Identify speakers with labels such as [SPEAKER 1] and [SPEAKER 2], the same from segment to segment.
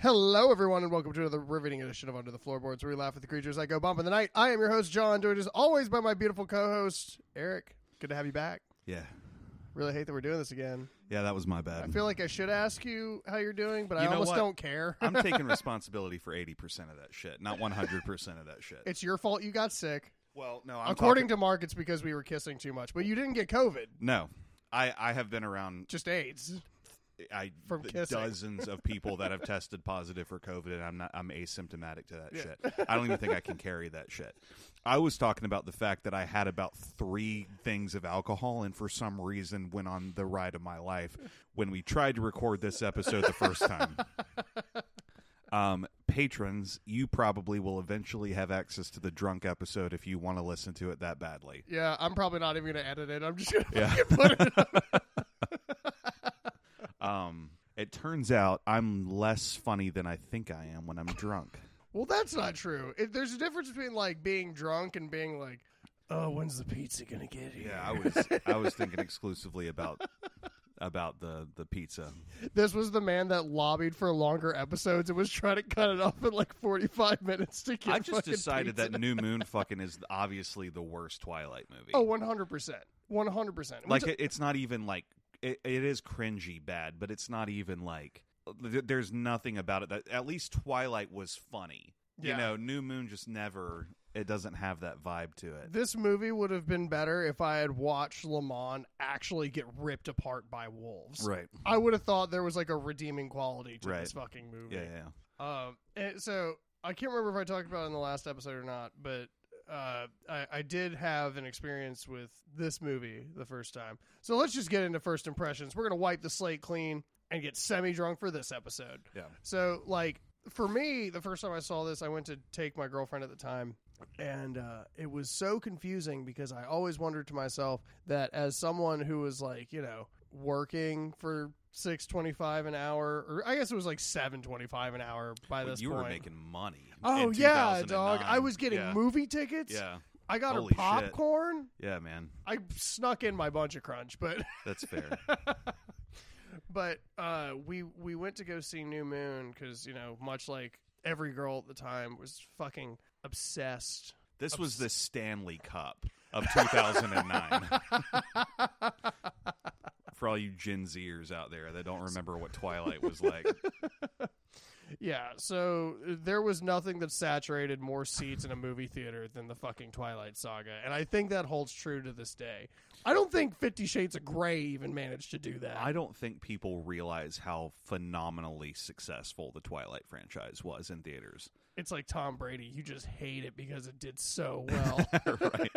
[SPEAKER 1] Hello, everyone, and welcome to another riveting edition of Under the Floorboards, where we laugh at the creatures that go bump in the night. I am your host, John, joined as always by my beautiful co-host, Eric. Good to have you back.
[SPEAKER 2] Yeah.
[SPEAKER 1] Really hate that we're doing this again.
[SPEAKER 2] Yeah, that was my bad.
[SPEAKER 1] I feel like I should ask you how you're doing, but I
[SPEAKER 2] You know
[SPEAKER 1] almost
[SPEAKER 2] what?
[SPEAKER 1] don't care.
[SPEAKER 2] I'm taking responsibility for 80% of that shit, not 100% of that shit.
[SPEAKER 1] it's your fault you got sick.
[SPEAKER 2] well, no, I'm
[SPEAKER 1] According
[SPEAKER 2] talking-
[SPEAKER 1] to Mark, it's because we were kissing too much, but you didn't get COVID,
[SPEAKER 2] No. I, I have been around
[SPEAKER 1] just AIDS.
[SPEAKER 2] I
[SPEAKER 1] From
[SPEAKER 2] th-
[SPEAKER 1] kissing.
[SPEAKER 2] dozens of people that have tested positive for COVID and I'm not I'm asymptomatic to that shit. I don't even think I can carry that shit. I was talking about the fact that I had about 3 things of alcohol and for some reason went on the ride of my life when we tried to record this episode the first time. Um, patrons, you probably will eventually have access to the drunk episode if you want to listen to it that badly.
[SPEAKER 1] Yeah, I'm probably not even going to edit it. I'm just going to
[SPEAKER 2] Yeah.
[SPEAKER 1] put it up.
[SPEAKER 2] Um, it turns out I'm less funny than I think I am when I'm drunk.
[SPEAKER 1] Well, that's not true. It, there's a difference between like being drunk and being like, "Oh, when's the pizza gonna get here?"
[SPEAKER 2] Yeah, I was I was thinking exclusively about about the the pizza.
[SPEAKER 1] This was the man that lobbied for longer episodes and was trying to cut it off at like 45 minutes to get.
[SPEAKER 2] I've just
[SPEAKER 1] fucking
[SPEAKER 2] decided
[SPEAKER 1] pizza.
[SPEAKER 2] that New Moon fucking is obviously the worst Twilight movie.
[SPEAKER 1] Oh, 100 percent, 100 percent.
[SPEAKER 2] like it, it's not even like it, it is cringy bad, but it's not even like th- there's nothing about it that at least Twilight was funny.
[SPEAKER 1] Yeah.
[SPEAKER 2] You know, New Moon just never it doesn't have that vibe to it.
[SPEAKER 1] this movie would have been better if I had watched Lamont actually get ripped apart by wolves.
[SPEAKER 2] Right.
[SPEAKER 1] I would have thought there was like a redeeming quality to
[SPEAKER 2] Right.
[SPEAKER 1] this fucking movie.
[SPEAKER 2] Yeah, yeah.
[SPEAKER 1] Um, and so I can't remember if I talked about it in the last episode or not, but uh, I, I did have an experience with this movie the first time. So let's just get into first impressions. We're gonna wipe the slate clean and get semi drunk for this episode.
[SPEAKER 2] Yeah.
[SPEAKER 1] So like for me, the first time I saw this, I went to take my girlfriend at the time. And uh, it was so confusing because I always wondered to myself that as someone who was like, you know, working for six twenty five an hour, or I guess it was like seven twenty five an hour by
[SPEAKER 2] Well,
[SPEAKER 1] this
[SPEAKER 2] you
[SPEAKER 1] point.
[SPEAKER 2] were making money.
[SPEAKER 1] oh
[SPEAKER 2] in
[SPEAKER 1] yeah, dog!
[SPEAKER 2] 2009.
[SPEAKER 1] I was getting
[SPEAKER 2] yeah.
[SPEAKER 1] movie tickets.
[SPEAKER 2] Yeah,
[SPEAKER 1] I got
[SPEAKER 2] Holy
[SPEAKER 1] her
[SPEAKER 2] shit.
[SPEAKER 1] popcorn.
[SPEAKER 2] yeah, man.
[SPEAKER 1] I snuck in my bunch of crunch, but
[SPEAKER 2] That's fair.
[SPEAKER 1] but uh, we we went to go see New Moon because you know, much like every girl at the time was fucking obsessed.
[SPEAKER 2] This was the Stanley Cup of 2009. For all you Gen Zers out there that don't remember what Twilight was like,
[SPEAKER 1] Yeah, so uh, there was nothing that saturated more seats in a movie theater than the fucking Twilight Saga, and I think that holds true to this day. I don't think Fifty Shades of Grey even managed to do that.
[SPEAKER 2] I don't think people realize how phenomenally successful the Twilight franchise was in theaters.
[SPEAKER 1] it's like Tom Brady, you just hate it because it did so well.
[SPEAKER 2] right?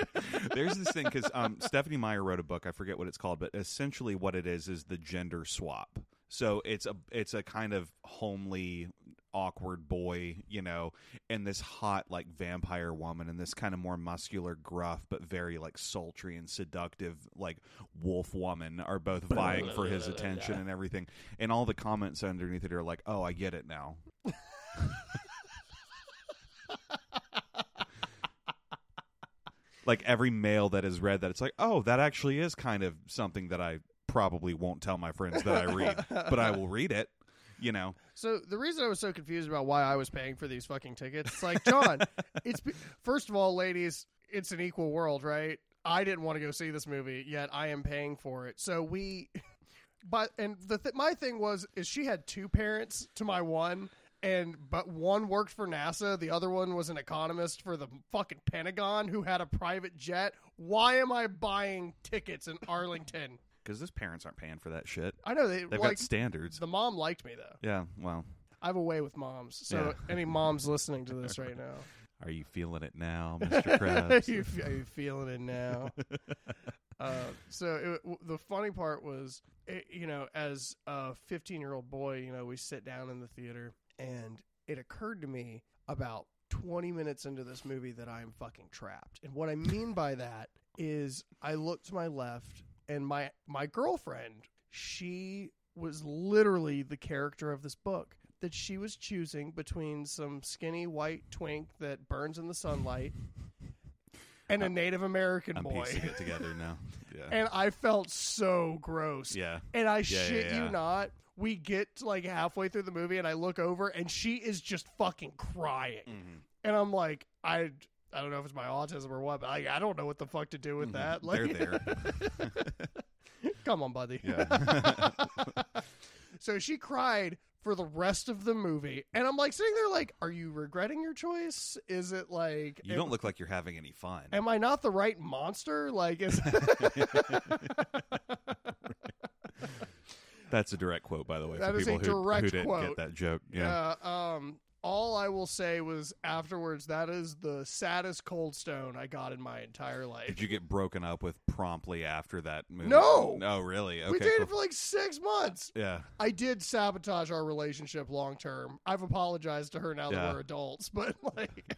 [SPEAKER 2] There's this thing because um, Stephanie Meyer wrote a book. I forget what it's called, but essentially what it is is the gender swap. So it's a it's a kind of homely, awkward boy, you know, and this hot like vampire woman, and this kind of more muscular, gruff but very like sultry and seductive like wolf woman are both vying for his attention and everything. And all the comments underneath it are like, "Oh, I get it now." like every mail that is read that it's like oh that actually is kind of something that i probably won't tell my friends that i read but i will read it you know
[SPEAKER 1] So the reason I was so confused about why I was paying for these fucking tickets, it's like John, it's be- first of all, ladies, it's an equal world, right? I didn't want to go see this movie, yet I am paying for it. So we, but and the th- my thing was is she had two parents to my one, and but one worked for NASA, the other one was an economist for the fucking Pentagon who had a private jet. Why am I buying tickets in Arlington?
[SPEAKER 2] because his parents aren't paying for that shit
[SPEAKER 1] I know they
[SPEAKER 2] they've
[SPEAKER 1] like
[SPEAKER 2] got standards
[SPEAKER 1] the mom liked me though.
[SPEAKER 2] yeah well
[SPEAKER 1] I have a way with moms. So any moms listening to this right now,
[SPEAKER 2] are you feeling it now mr krabs
[SPEAKER 1] you, f- are you feeling it now? uh, so it, w- the funny part was, it, you know, as a 15 year old boy, you know, we sit down in the theater and it occurred to me about 20 minutes into this movie that I'm fucking trapped. And what I mean by that is I looked to my left and my, my girlfriend, she was literally the character of this book that she was choosing between some skinny white twink that burns in the sunlight and a Native American
[SPEAKER 2] i'm
[SPEAKER 1] boy.
[SPEAKER 2] piecing it together now yeah
[SPEAKER 1] And I felt so gross.
[SPEAKER 2] yeah
[SPEAKER 1] And I
[SPEAKER 2] yeah,
[SPEAKER 1] shit you
[SPEAKER 2] yeah.
[SPEAKER 1] not, we get to like halfway through the movie and I look over and she is just fucking crying. And I'm like, I I don't know if it's my autism or what, but I, I don't know what the fuck to do with that. Like,
[SPEAKER 2] Mm-hmm. They're
[SPEAKER 1] come on, buddy.
[SPEAKER 2] yeah.
[SPEAKER 1] So she cried for the rest of the movie, and I'm like sitting there, like, are you regretting your choice? Is it like
[SPEAKER 2] you don't look like you're having any fun.
[SPEAKER 1] Am I not the right monster? Like, is
[SPEAKER 2] That's a direct quote, by the way,
[SPEAKER 1] That
[SPEAKER 2] for
[SPEAKER 1] is a
[SPEAKER 2] people who,
[SPEAKER 1] direct
[SPEAKER 2] who didn't
[SPEAKER 1] quote.
[SPEAKER 2] get that joke. Yeah.
[SPEAKER 1] yeah. um, all I will say was afterwards, that is the saddest cold stone I got in my entire life.
[SPEAKER 2] Did you get broken up with promptly after that movie?
[SPEAKER 1] No!
[SPEAKER 2] No, really? Okay.
[SPEAKER 1] we dated
[SPEAKER 2] cool.
[SPEAKER 1] for like six months.
[SPEAKER 2] yeah.
[SPEAKER 1] I did sabotage our relationship long term. I've apologized to her now
[SPEAKER 2] Yeah.
[SPEAKER 1] that we're adults, but like,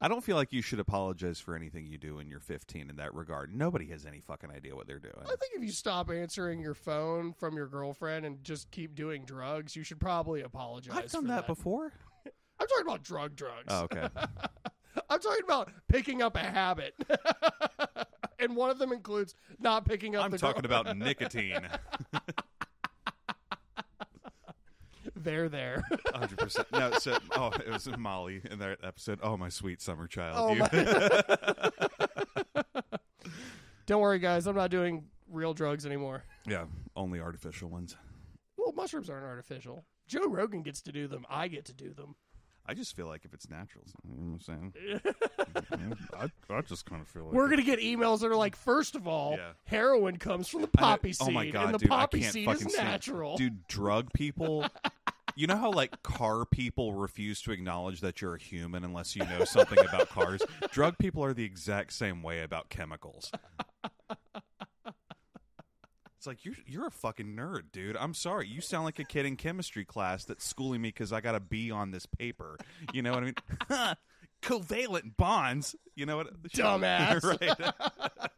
[SPEAKER 2] I don't feel like you should apologize for anything you do when you're 15 in that regard. Nobody has any fucking idea what they're doing.
[SPEAKER 1] I think if you stop answering your phone from your girlfriend and just keep doing drugs, you should probably apologize.
[SPEAKER 2] I've done
[SPEAKER 1] for
[SPEAKER 2] that before.
[SPEAKER 1] I'm talking about drug drugs.
[SPEAKER 2] Oh, okay.
[SPEAKER 1] I'm talking about picking up a habit. and one of them includes not picking up
[SPEAKER 2] I'm
[SPEAKER 1] the
[SPEAKER 2] talking
[SPEAKER 1] girl-
[SPEAKER 2] about nicotine.
[SPEAKER 1] They're there.
[SPEAKER 2] 100%. No, so, oh, it was Molly in that episode. Oh, my sweet summer child.
[SPEAKER 1] Oh,
[SPEAKER 2] you,
[SPEAKER 1] Don't worry, guys. I'm not doing real drugs anymore.
[SPEAKER 2] yeah, only artificial ones.
[SPEAKER 1] Well, mushrooms aren't artificial. Joe Rogan gets to do them. I get to do them.
[SPEAKER 2] I just feel like if it's natural, you know what I'm saying? Yeah, I, I just kind of feel like
[SPEAKER 1] We're gonna get emails that are like, first of all,
[SPEAKER 2] Yeah.
[SPEAKER 1] heroin comes from the
[SPEAKER 2] I know-
[SPEAKER 1] poppy seed,
[SPEAKER 2] Oh my god,
[SPEAKER 1] and the
[SPEAKER 2] dude,
[SPEAKER 1] poppy
[SPEAKER 2] I can't
[SPEAKER 1] seed
[SPEAKER 2] fucking
[SPEAKER 1] is
[SPEAKER 2] stand-
[SPEAKER 1] natural.
[SPEAKER 2] Dude, drug people. You know how like car people refuse to acknowledge that you're a human unless you know something about cars. Drug people are the exact same way about chemicals. It's like you're you're a fucking nerd, dude. I'm sorry. You sound like a kid in chemistry class that's schooling me because I got a B on this paper. You know what I mean? Covalent bonds. You know what?
[SPEAKER 1] Dumbass.
[SPEAKER 2] right.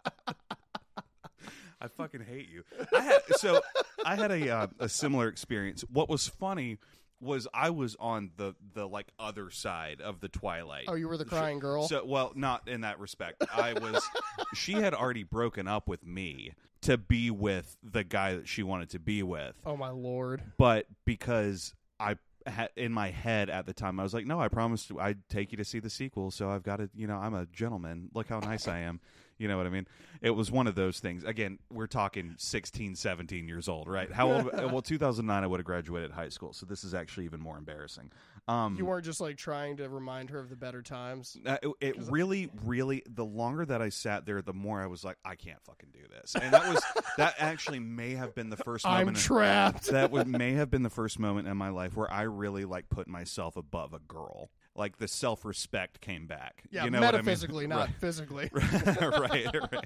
[SPEAKER 2] I fucking hate you. I had, so I had a uh, a similar experience. What was funny was I was on the the like other side of the twilight.
[SPEAKER 1] Oh, you were the crying girl.
[SPEAKER 2] So, well, not in that respect. I was. she had already broken up with me to be with the guy that she wanted to be with,
[SPEAKER 1] oh my lord.
[SPEAKER 2] but because I had in my head at the time, I was like, "No, I promised I'd take you to see the sequel." So I've got to, you know, I'm a gentleman. Look how nice I am. You know what I mean? It was one of those things. Again, we're talking 16, 17 years old, right? How old? well, 2009, I would have graduated high school, so this is actually even more embarrassing. Um,
[SPEAKER 1] You weren't just like trying to remind her of the better times.
[SPEAKER 2] uh, it, it really, really. The longer that I sat there, the more I was like, I can't fucking do this. And that was that actually may have been the first moment.
[SPEAKER 1] I'm
[SPEAKER 2] in-
[SPEAKER 1] trapped.
[SPEAKER 2] that would may have been the first moment in my life where I really like put myself above a girl. Like the self respect came back.
[SPEAKER 1] Yeah,
[SPEAKER 2] you know
[SPEAKER 1] metaphysically,
[SPEAKER 2] what I mean?
[SPEAKER 1] not physically.
[SPEAKER 2] not right, right.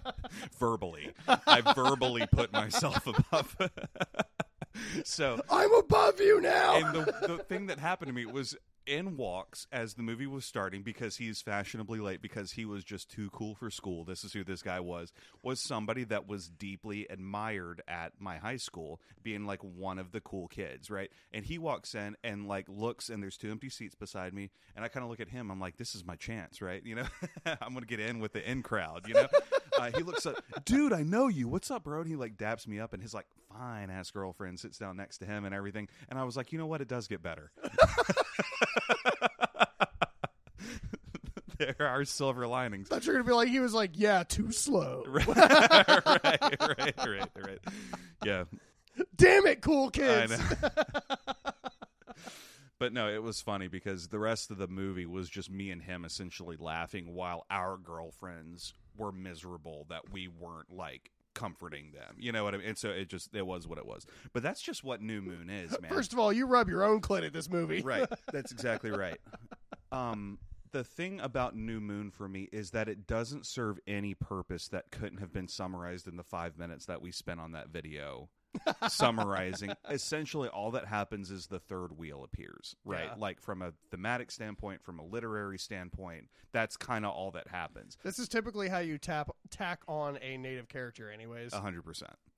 [SPEAKER 2] Verbally, I verbally put myself above. so
[SPEAKER 1] I'm above you now.
[SPEAKER 2] and the, the thing that happened to me was in walks as the movie was starting because he's fashionably late because he was just too cool for school this is who this guy was was somebody that was deeply admired at my high school being like one of the cool kids right and he walks in and like looks and there's two empty seats beside me and i kind of look at him i'm like this is my chance right you know i'm gonna get in with the in crowd you know uh, he looks up dude i know you what's up bro and he like daps me up and his like fine ass girlfriend sits down next to him and everything and i was like you know what it does get better there are silver linings
[SPEAKER 1] thought you were gonna be like he was like, yeah, too slow.
[SPEAKER 2] right, right right right right yeah
[SPEAKER 1] Damn it, cool
[SPEAKER 2] I
[SPEAKER 1] kids.
[SPEAKER 2] know. but no, it was funny because the rest of the movie was just me and him essentially laughing while our girlfriends were miserable that we weren't like comforting them. You know what I mean? And so it just it was what it was. But that's just what New Moon is, man.
[SPEAKER 1] First of all, you rub your own clit at this movie.
[SPEAKER 2] right. That's exactly right. Um the thing about New Moon for me is that it doesn't serve any purpose that couldn't have been summarized in the 5 minutes that we spent on that video summarizing essentially all that happens is the third wheel appears right
[SPEAKER 1] Yeah.
[SPEAKER 2] like from a thematic standpoint from a literary standpoint that's kind of all that happens
[SPEAKER 1] This is typically how you tap tack on a native character, anyways.
[SPEAKER 2] 100%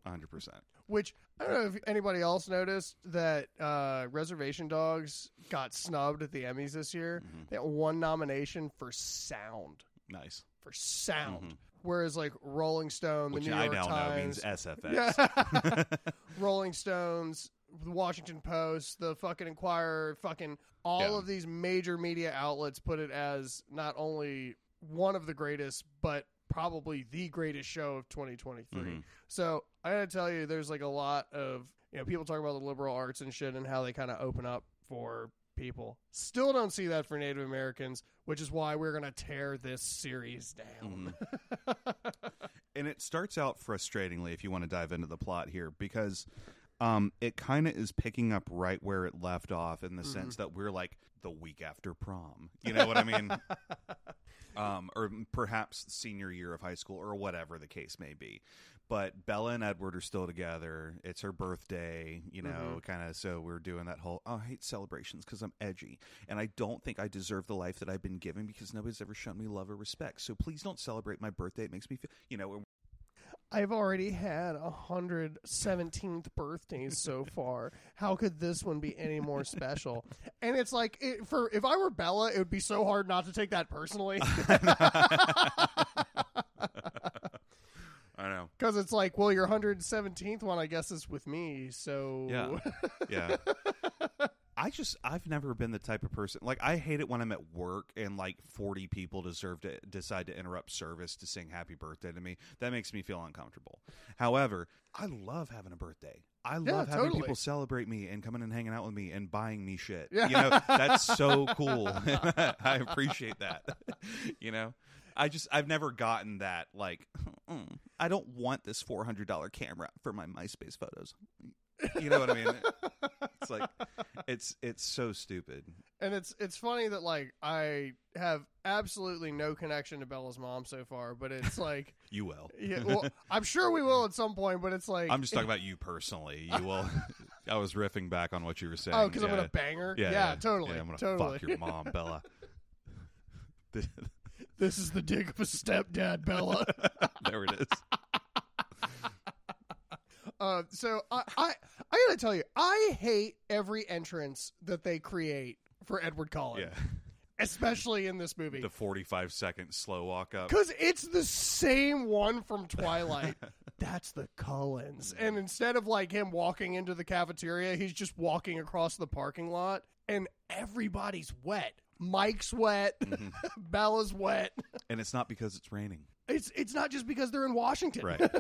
[SPEAKER 2] 100%
[SPEAKER 1] Which I don't know if anybody else noticed that uh, Reservation Dogs got snubbed at the Emmys
[SPEAKER 2] Mm-hmm.
[SPEAKER 1] this year. They had one nomination for sound.
[SPEAKER 2] nice
[SPEAKER 1] For sound. Whereas like Rolling Stone,
[SPEAKER 2] Mm-hmm. which
[SPEAKER 1] the New
[SPEAKER 2] I
[SPEAKER 1] York
[SPEAKER 2] now know means
[SPEAKER 1] Times,
[SPEAKER 2] SFX.
[SPEAKER 1] yeah. Rolling Stones, the Washington Post, the fucking Inquirer, fucking all
[SPEAKER 2] Yeah.
[SPEAKER 1] of these major media outlets put it as not only one of the greatest, but probably the greatest show of 2023.
[SPEAKER 2] Mhm.
[SPEAKER 1] So I gotta tell you, there's like a lot of you know people talk about the liberal arts and shit and how they kind of open up for people. Still don't see that for Native Americans, which is why we're gonna tear this series down.
[SPEAKER 2] and it starts out frustratingly if you want to dive into the plot here because um, it kind of is picking up right where it left off in the
[SPEAKER 1] Mhm.
[SPEAKER 2] sense that we're like the week after prom. You know what I mean? um, or perhaps senior year of high school or whatever the case may be. But Bella and Edward are still together. It's her birthday, you know, kind of. So we're doing that whole, oh, I hate celebrations because I'm edgy. And I don't think I deserve the life that I've been given because nobody's ever shown me love or respect. So please don't celebrate my birthday. It makes me feel, you know,
[SPEAKER 1] I've already had a hundred seventeenth birthdays so far. How could this one be any more special? And it's like it, for if I were Bella, it would be so hard not to take that personally.
[SPEAKER 2] I know.
[SPEAKER 1] Because it's like, well, your 117th one, I guess, is with me. So
[SPEAKER 2] Yeah. Yeah. I just I've never been the type of person like I hate it when I'm at work and like 40 people deserve to decide to interrupt service to sing happy birthday to me. That makes me feel uncomfortable. However, I love having a birthday. I love
[SPEAKER 1] Yeah,
[SPEAKER 2] having
[SPEAKER 1] totally.
[SPEAKER 2] people celebrate me and coming and hanging out with me and buying me shit.
[SPEAKER 1] Yeah.
[SPEAKER 2] You know, that's so Oh, cool. I appreciate that. you know, I just I've never gotten that like "Mm, I don't want this $400 camera for my MySpace photos. You know what I mean? It's like it's it's so stupid.
[SPEAKER 1] and it's it's funny that like I have absolutely no connection to Bella's mom so far, but it's like,
[SPEAKER 2] You will.
[SPEAKER 1] yeah, well, I'm sure we will at some point. But it's like,
[SPEAKER 2] I'm just talking about you personally. You will. I was riffing back on what you were saying.
[SPEAKER 1] oh, because
[SPEAKER 2] yeah.
[SPEAKER 1] I'm gonna bang her. Yeah, totally,
[SPEAKER 2] Yeah, I'm gonna
[SPEAKER 1] totally.
[SPEAKER 2] fuck your mom, Bella. there
[SPEAKER 1] This is the dick of a stepdad, Bella.
[SPEAKER 2] it is.
[SPEAKER 1] Uh, so I, I I gotta tell you, I hate every entrance that they create for Edward Cullen,
[SPEAKER 2] Yeah,
[SPEAKER 1] especially in this movie.
[SPEAKER 2] the 45 second slow walk up.
[SPEAKER 1] Because it's the same one from Twilight. That's the Cullens. And instead of like him walking into the cafeteria, he's just walking across the parking lot and everybody's wet. Mike's wet.
[SPEAKER 2] Mhm.
[SPEAKER 1] Bella's wet.
[SPEAKER 2] And it's not because it's raining.
[SPEAKER 1] It's it's not just because they're in Washington.
[SPEAKER 2] Right.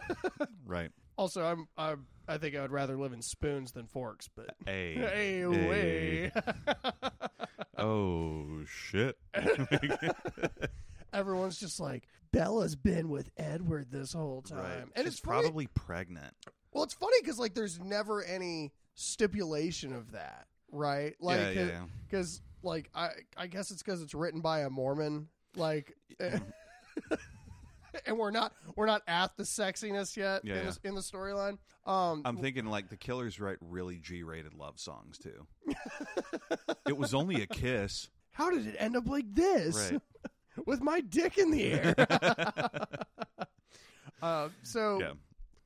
[SPEAKER 2] right.
[SPEAKER 1] Also, I'm, I'm I think I would rather live in spoons than forks, but
[SPEAKER 2] Hey.
[SPEAKER 1] hey,
[SPEAKER 2] Hey.
[SPEAKER 1] way.
[SPEAKER 2] Oh shit.
[SPEAKER 1] Everyone's just like Bella's been with Edward this whole time. And
[SPEAKER 2] She's
[SPEAKER 1] it's probably
[SPEAKER 2] probably pregnant.
[SPEAKER 1] Well, it's funny because like there's never any stipulation of that, right? Like, uh,
[SPEAKER 2] yeah, yeah, yeah.
[SPEAKER 1] because like I I guess it's because it's written by a Mormon, like, and we're not we're not at the sexiness yet
[SPEAKER 2] Yeah,
[SPEAKER 1] in,
[SPEAKER 2] yeah.
[SPEAKER 1] The, in the storyline. Um,
[SPEAKER 2] I'm thinking like the Killers write really G-rated love songs too. it was only a kiss,
[SPEAKER 1] how did it end up like this with my dick in the air? uh, so
[SPEAKER 2] Yeah.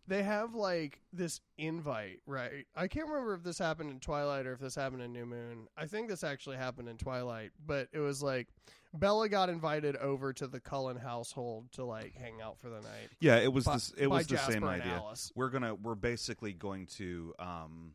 [SPEAKER 1] they have like this invite, right? I can't remember if this happened in Twilight or if this happened in New Moon. I think this actually happened in Twilight, but it was like Bella got invited over to the Cullen household to like hang out for the night.
[SPEAKER 2] Yeah, it was
[SPEAKER 1] by-
[SPEAKER 2] this, it
[SPEAKER 1] by
[SPEAKER 2] was the
[SPEAKER 1] Jasper
[SPEAKER 2] same
[SPEAKER 1] and
[SPEAKER 2] idea.
[SPEAKER 1] Alice.
[SPEAKER 2] We're gonna we're basically going to um,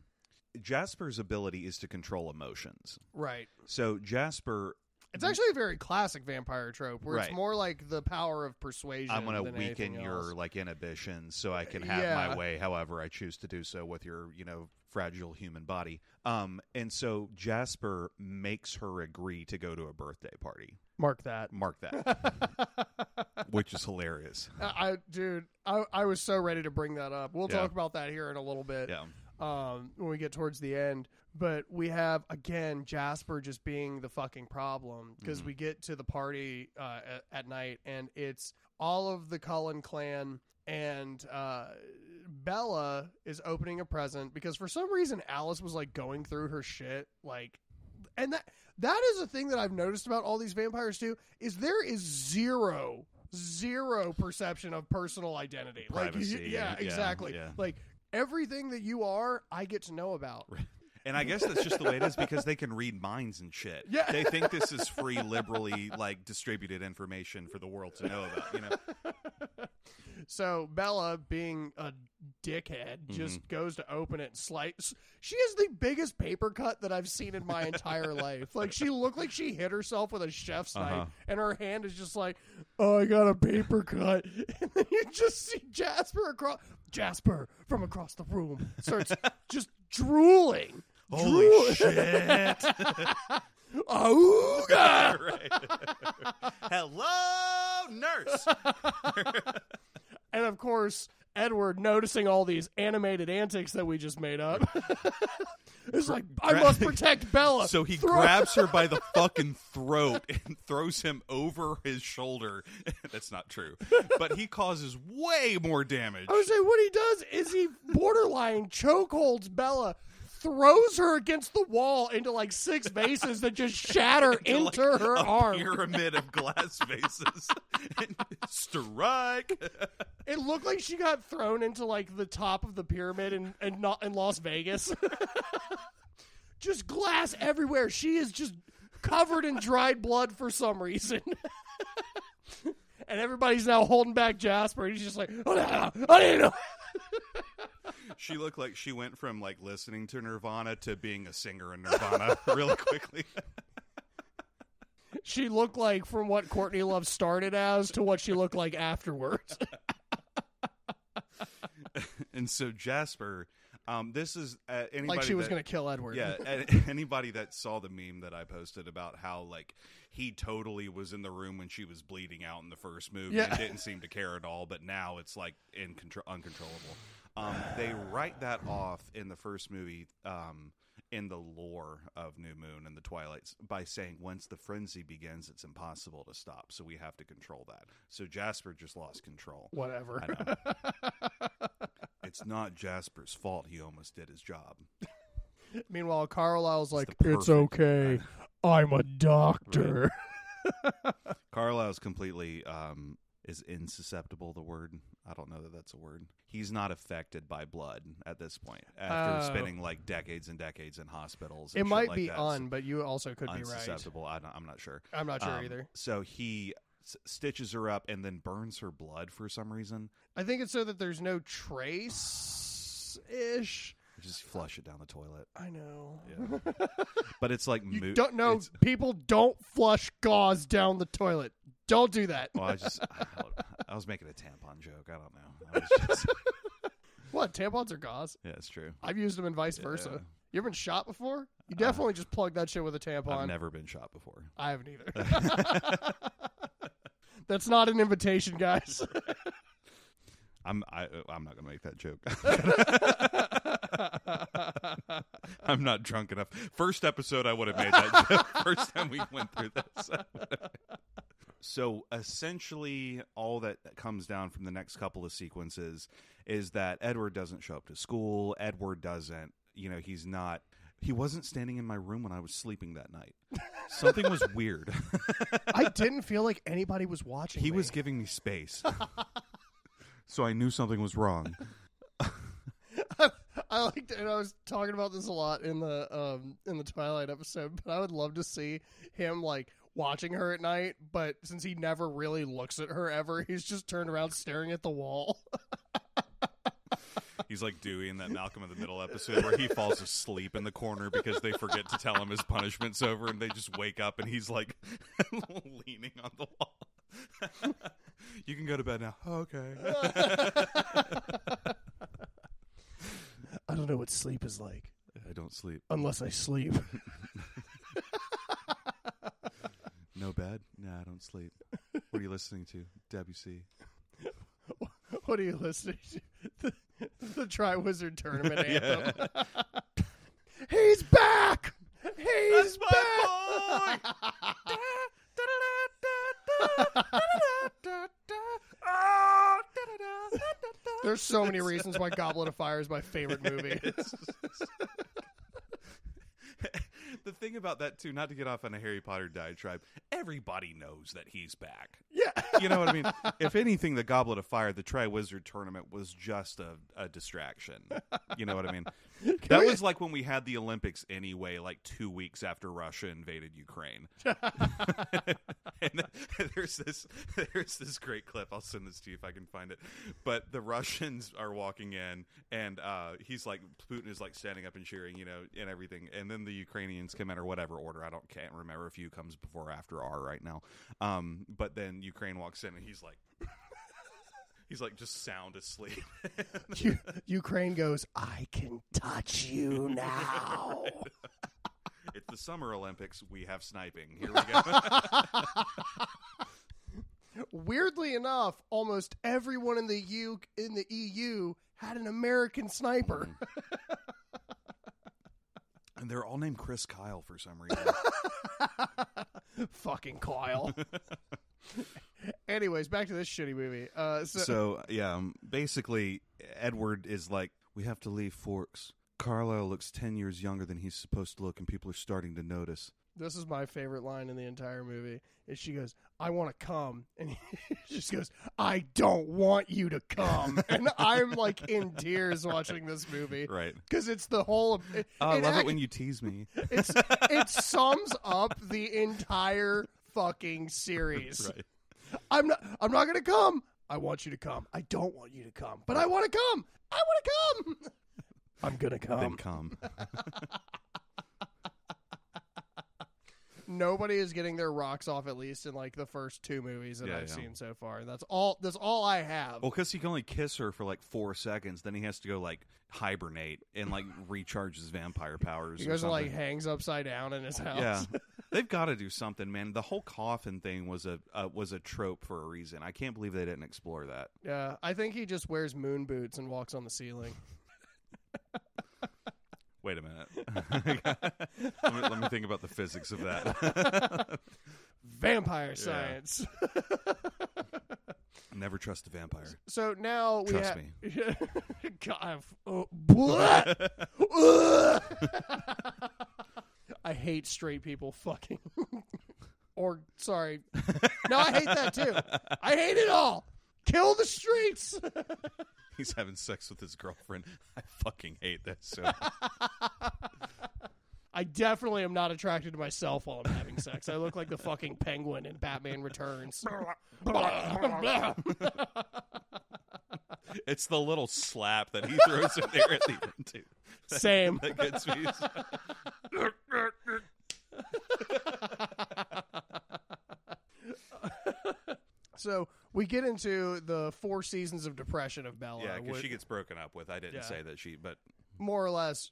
[SPEAKER 2] Jasper's ability is to control emotions.
[SPEAKER 1] Right.
[SPEAKER 2] So Jasper,
[SPEAKER 1] It's actually a very classic vampire trope where
[SPEAKER 2] Right.
[SPEAKER 1] it's more like the power of persuasion.
[SPEAKER 2] I'm gonna
[SPEAKER 1] than
[SPEAKER 2] weaken
[SPEAKER 1] anything
[SPEAKER 2] your
[SPEAKER 1] else.
[SPEAKER 2] like inhibitions so I can have
[SPEAKER 1] Yeah.
[SPEAKER 2] my way, however I choose to do so with your you know fragile human body. Um, and so Jasper makes her agree to go to a birthday party.
[SPEAKER 1] mark that.
[SPEAKER 2] Mark that,
[SPEAKER 1] I,
[SPEAKER 2] which is hilarious.
[SPEAKER 1] I- dude, I, I was so ready to bring that up. We'll
[SPEAKER 2] Yeah.
[SPEAKER 1] talk about that here in a little bit.
[SPEAKER 2] Yeah.
[SPEAKER 1] um, when we get towards the end. But we have again Jasper just being the fucking problem because
[SPEAKER 2] Mhm.
[SPEAKER 1] we get to the party uh, at, at night and it's all of the Cullen clan and uh, Bella is opening a present because for some reason Alice was like going through her shit like, and that that is a thing that I've noticed about all these vampires too is there is zero zero perception of personal identity like
[SPEAKER 2] Privacy,
[SPEAKER 1] yeah,
[SPEAKER 2] yeah,
[SPEAKER 1] exactly
[SPEAKER 2] yeah.
[SPEAKER 1] like everything that you are, I get to know about.
[SPEAKER 2] And I guess that's just the way it is because they can read minds and shit.
[SPEAKER 1] Yeah.
[SPEAKER 2] They think this is free, liberally like distributed information for the world to know about, you know.
[SPEAKER 1] So Bella, being a
[SPEAKER 2] Mm-hmm.
[SPEAKER 1] dickhead, just goes to open it and slice. She has the biggest paper cut that I've seen in my entire life. Like she looked like she hit herself with a chef's
[SPEAKER 2] Uh-huh.
[SPEAKER 1] knife, and her hand is just like, "Oh, I got a paper cut." And then you just see Jasper across Jasper from across the room starts just drooling.
[SPEAKER 2] Holy
[SPEAKER 1] Drool-
[SPEAKER 2] shit!
[SPEAKER 1] Auga!
[SPEAKER 2] Right. Hello, nurse.
[SPEAKER 1] And of course, Edward noticing all these animated antics that we just made up. it's like I
[SPEAKER 2] gra-
[SPEAKER 1] must protect Bella.
[SPEAKER 2] So he
[SPEAKER 1] Throw-
[SPEAKER 2] grabs her by the fucking throat and throws him over his shoulder. That's not true, but he causes way more damage.
[SPEAKER 1] I would say what he does is he borderline chokeholds Bella, throws her against the wall into like six vases that just shatter into,
[SPEAKER 2] like
[SPEAKER 1] her
[SPEAKER 2] a
[SPEAKER 1] arm.
[SPEAKER 2] pyramid of glass vases. Strike.
[SPEAKER 1] It looked like she got thrown into like the top of the pyramid in and not in Las Vegas. just glass everywhere. She is just covered in dried blood for some reason. and everybody's now holding back Jasper. He's just like, oh, no, I didn't know.
[SPEAKER 2] She looked like she went from like listening to Nirvana to being a singer in Nirvana really quickly.
[SPEAKER 1] She looked like from what Courtney Love started as to what she looked like afterwards.
[SPEAKER 2] And so Jasper, um, this is uh, anybody
[SPEAKER 1] like she was
[SPEAKER 2] that-
[SPEAKER 1] going to kill Edward.
[SPEAKER 2] Yeah, a- anybody that saw the meme that I posted about how like he totally was in the room when she was bleeding out in the first movie
[SPEAKER 1] Yeah.
[SPEAKER 2] and didn't seem to care at all, but now it's like in contro- uncontrollable. Um, they write that off in the first movie um, in the lore of New Moon and the Twilights by saying once the frenzy begins, it's impossible to stop, so we have to control that. So Jasper just lost control.
[SPEAKER 1] Whatever.
[SPEAKER 2] I know. it's not Jasper's fault. He almost did his job.
[SPEAKER 1] Meanwhile, Carlisle's like,
[SPEAKER 2] the
[SPEAKER 1] it's
[SPEAKER 2] perfect-
[SPEAKER 1] okay. I'm a doctor.
[SPEAKER 2] Carlisle's completely um, is insusceptible. The word I don't know that that's a word. He's not affected by blood at this point after
[SPEAKER 1] Oh.
[SPEAKER 2] spending like decades and decades in hospitals. and
[SPEAKER 1] It
[SPEAKER 2] shit
[SPEAKER 1] might
[SPEAKER 2] like
[SPEAKER 1] be
[SPEAKER 2] that.
[SPEAKER 1] on, but you also could be right.
[SPEAKER 2] unsusceptible. I don't, I'm not sure.
[SPEAKER 1] I'm not sure
[SPEAKER 2] Um,
[SPEAKER 1] either.
[SPEAKER 2] So he s- stitches her up and then burns her blood for some reason.
[SPEAKER 1] I think it's so that there's no trace ish.
[SPEAKER 2] Just flush it down the toilet.
[SPEAKER 1] I know.
[SPEAKER 2] Yeah. but it's like
[SPEAKER 1] You
[SPEAKER 2] mo-
[SPEAKER 1] don't know.
[SPEAKER 2] it's-
[SPEAKER 1] People don't flush gauze down the toilet. Don't do that.
[SPEAKER 2] Well, I just I, don't- I was making a tampon joke. I don't know. I was just,
[SPEAKER 1] What? Tampons are gauze?
[SPEAKER 2] yeah, it's true.
[SPEAKER 1] I've used them and vice versa.
[SPEAKER 2] Yeah.
[SPEAKER 1] You ever been shot before? You definitely just plug that shit with a tampon.
[SPEAKER 2] I've never been shot before.
[SPEAKER 1] I haven't either. That's not an invitation, guys.
[SPEAKER 2] I'm I, uh, I'm not gonna make that joke. I'm not drunk enough. First episode, I would have made that joke. First time we went through this. so essentially, all that comes down from the next couple of sequences is that Edward doesn't show up to school. Edward doesn't. You know, he's not. He wasn't standing in my room when I was sleeping that night. Something was weird.
[SPEAKER 1] I didn't feel like anybody was watching.
[SPEAKER 2] he
[SPEAKER 1] me.
[SPEAKER 2] was giving me space. so I knew something was wrong.
[SPEAKER 1] I liked and I was talking about this a lot in the um in the Twilight episode, but I would love to see him like watching her at night, but since he never really looks at her ever, he's just turned around staring at the wall.
[SPEAKER 2] He's like Dewey in that Malcolm in the Middle episode where he falls asleep in the corner because they forget to tell him his punishment's over and they just wake up and he's like leaning on the wall. you can go to bed now. Okay.
[SPEAKER 1] I don't know what sleep is like
[SPEAKER 2] I don't sleep.
[SPEAKER 1] unless I sleep.
[SPEAKER 2] No bed? Nah, I don't sleep. What are you listening to? Debussy.
[SPEAKER 1] what are you listening to? The, the Tri Wizard Tournament anthem. he's back. He's back.
[SPEAKER 2] my boy!
[SPEAKER 1] There's so many reasons why Goblet of Fire is my favorite movie.
[SPEAKER 2] the thing about that too, not to get off on a Harry Potter diatribe, everybody knows that he's back.
[SPEAKER 1] Yeah.
[SPEAKER 2] You know what I mean? if anything, the Goblet of Fire, the Triwizard Tournament, was just a, a distraction. You know what I mean? that was like when we had the Olympics anyway, like two weeks after Russia invaded Ukraine. and th- there's this there's this great clip. I'll send this to you if I can find it. But the Russians are walking in, and uh, he's like Putin is like standing up and cheering, you know, and everything. And then the Ukrainians come in or whatever order. I don't can't remember if you comes before or after R right now. Um, but then Ukraine walks in, and he's like. He's like just sound asleep.
[SPEAKER 1] U- Ukraine goes, I can touch you now.
[SPEAKER 2] it's the Summer Olympics. We have sniping. Here we go.
[SPEAKER 1] Weirdly enough, almost everyone in the U in the EU had an American sniper.
[SPEAKER 2] and they're all named Chris Kyle for some reason. Mm.
[SPEAKER 1] Fucking Kyle. Anyways, back to this shitty movie. Uh, so,
[SPEAKER 2] so yeah, um, basically, Edward is like, we have to leave Forks. Carlisle looks ten years younger than he's supposed to look, and people are starting to notice.
[SPEAKER 1] this is my favorite line in the entire movie. Is she goes, "I want to come," and he just goes, "I don't want you to come," and I'm like in tears watching this movie
[SPEAKER 2] Right.
[SPEAKER 1] because it's the whole. It,
[SPEAKER 2] Oh, I
[SPEAKER 1] it
[SPEAKER 2] love
[SPEAKER 1] act-
[SPEAKER 2] it when you tease me.
[SPEAKER 1] It's it sums up the entire fucking series.
[SPEAKER 2] right.
[SPEAKER 1] I'm not I'm not gonna come. I want you to come. I don't want you to come, but I want to come. I want to come. I'm gonna
[SPEAKER 2] then
[SPEAKER 1] come.
[SPEAKER 2] come.
[SPEAKER 1] Nobody is getting their rocks off at least in like the first two movies that
[SPEAKER 2] Yeah,
[SPEAKER 1] I've
[SPEAKER 2] yeah.
[SPEAKER 1] seen so far. That's all. That's all I have.
[SPEAKER 2] Well, because he can only kiss her for like four seconds, then he has to go like hibernate and like recharge his vampire powers.
[SPEAKER 1] he
[SPEAKER 2] or
[SPEAKER 1] goes and like
[SPEAKER 2] something.
[SPEAKER 1] hangs upside down in his house.
[SPEAKER 2] Yeah, they've got to do something, man. The whole coffin thing was a uh, was a trope for a reason. I can't believe they didn't explore that.
[SPEAKER 1] Yeah, I think he just wears moon boots and walks on the ceiling.
[SPEAKER 2] Wait a minute. let, me, let me think about the physics of that.
[SPEAKER 1] Vampire science.
[SPEAKER 2] Never trust a vampire.
[SPEAKER 1] So now we
[SPEAKER 2] Trust
[SPEAKER 1] have.
[SPEAKER 2] me.
[SPEAKER 1] God, I've- oh, blah! I hate straight people fucking. or sorry, no, I hate that too. I hate it all. Kill the streets.
[SPEAKER 2] He's having sex with his girlfriend. I fucking hate that. So much.
[SPEAKER 1] I definitely am not attracted to myself while I'm having sex. I look like the fucking penguin in Batman Returns.
[SPEAKER 2] it's the little slap that he throws in there at the end too.
[SPEAKER 1] Same.
[SPEAKER 2] That gets me.
[SPEAKER 1] So we get into the four seasons of depression of Bella.
[SPEAKER 2] Yeah, because
[SPEAKER 1] which-
[SPEAKER 2] she gets broken up with. I didn't
[SPEAKER 1] Yeah.
[SPEAKER 2] say that she, but
[SPEAKER 1] more or less,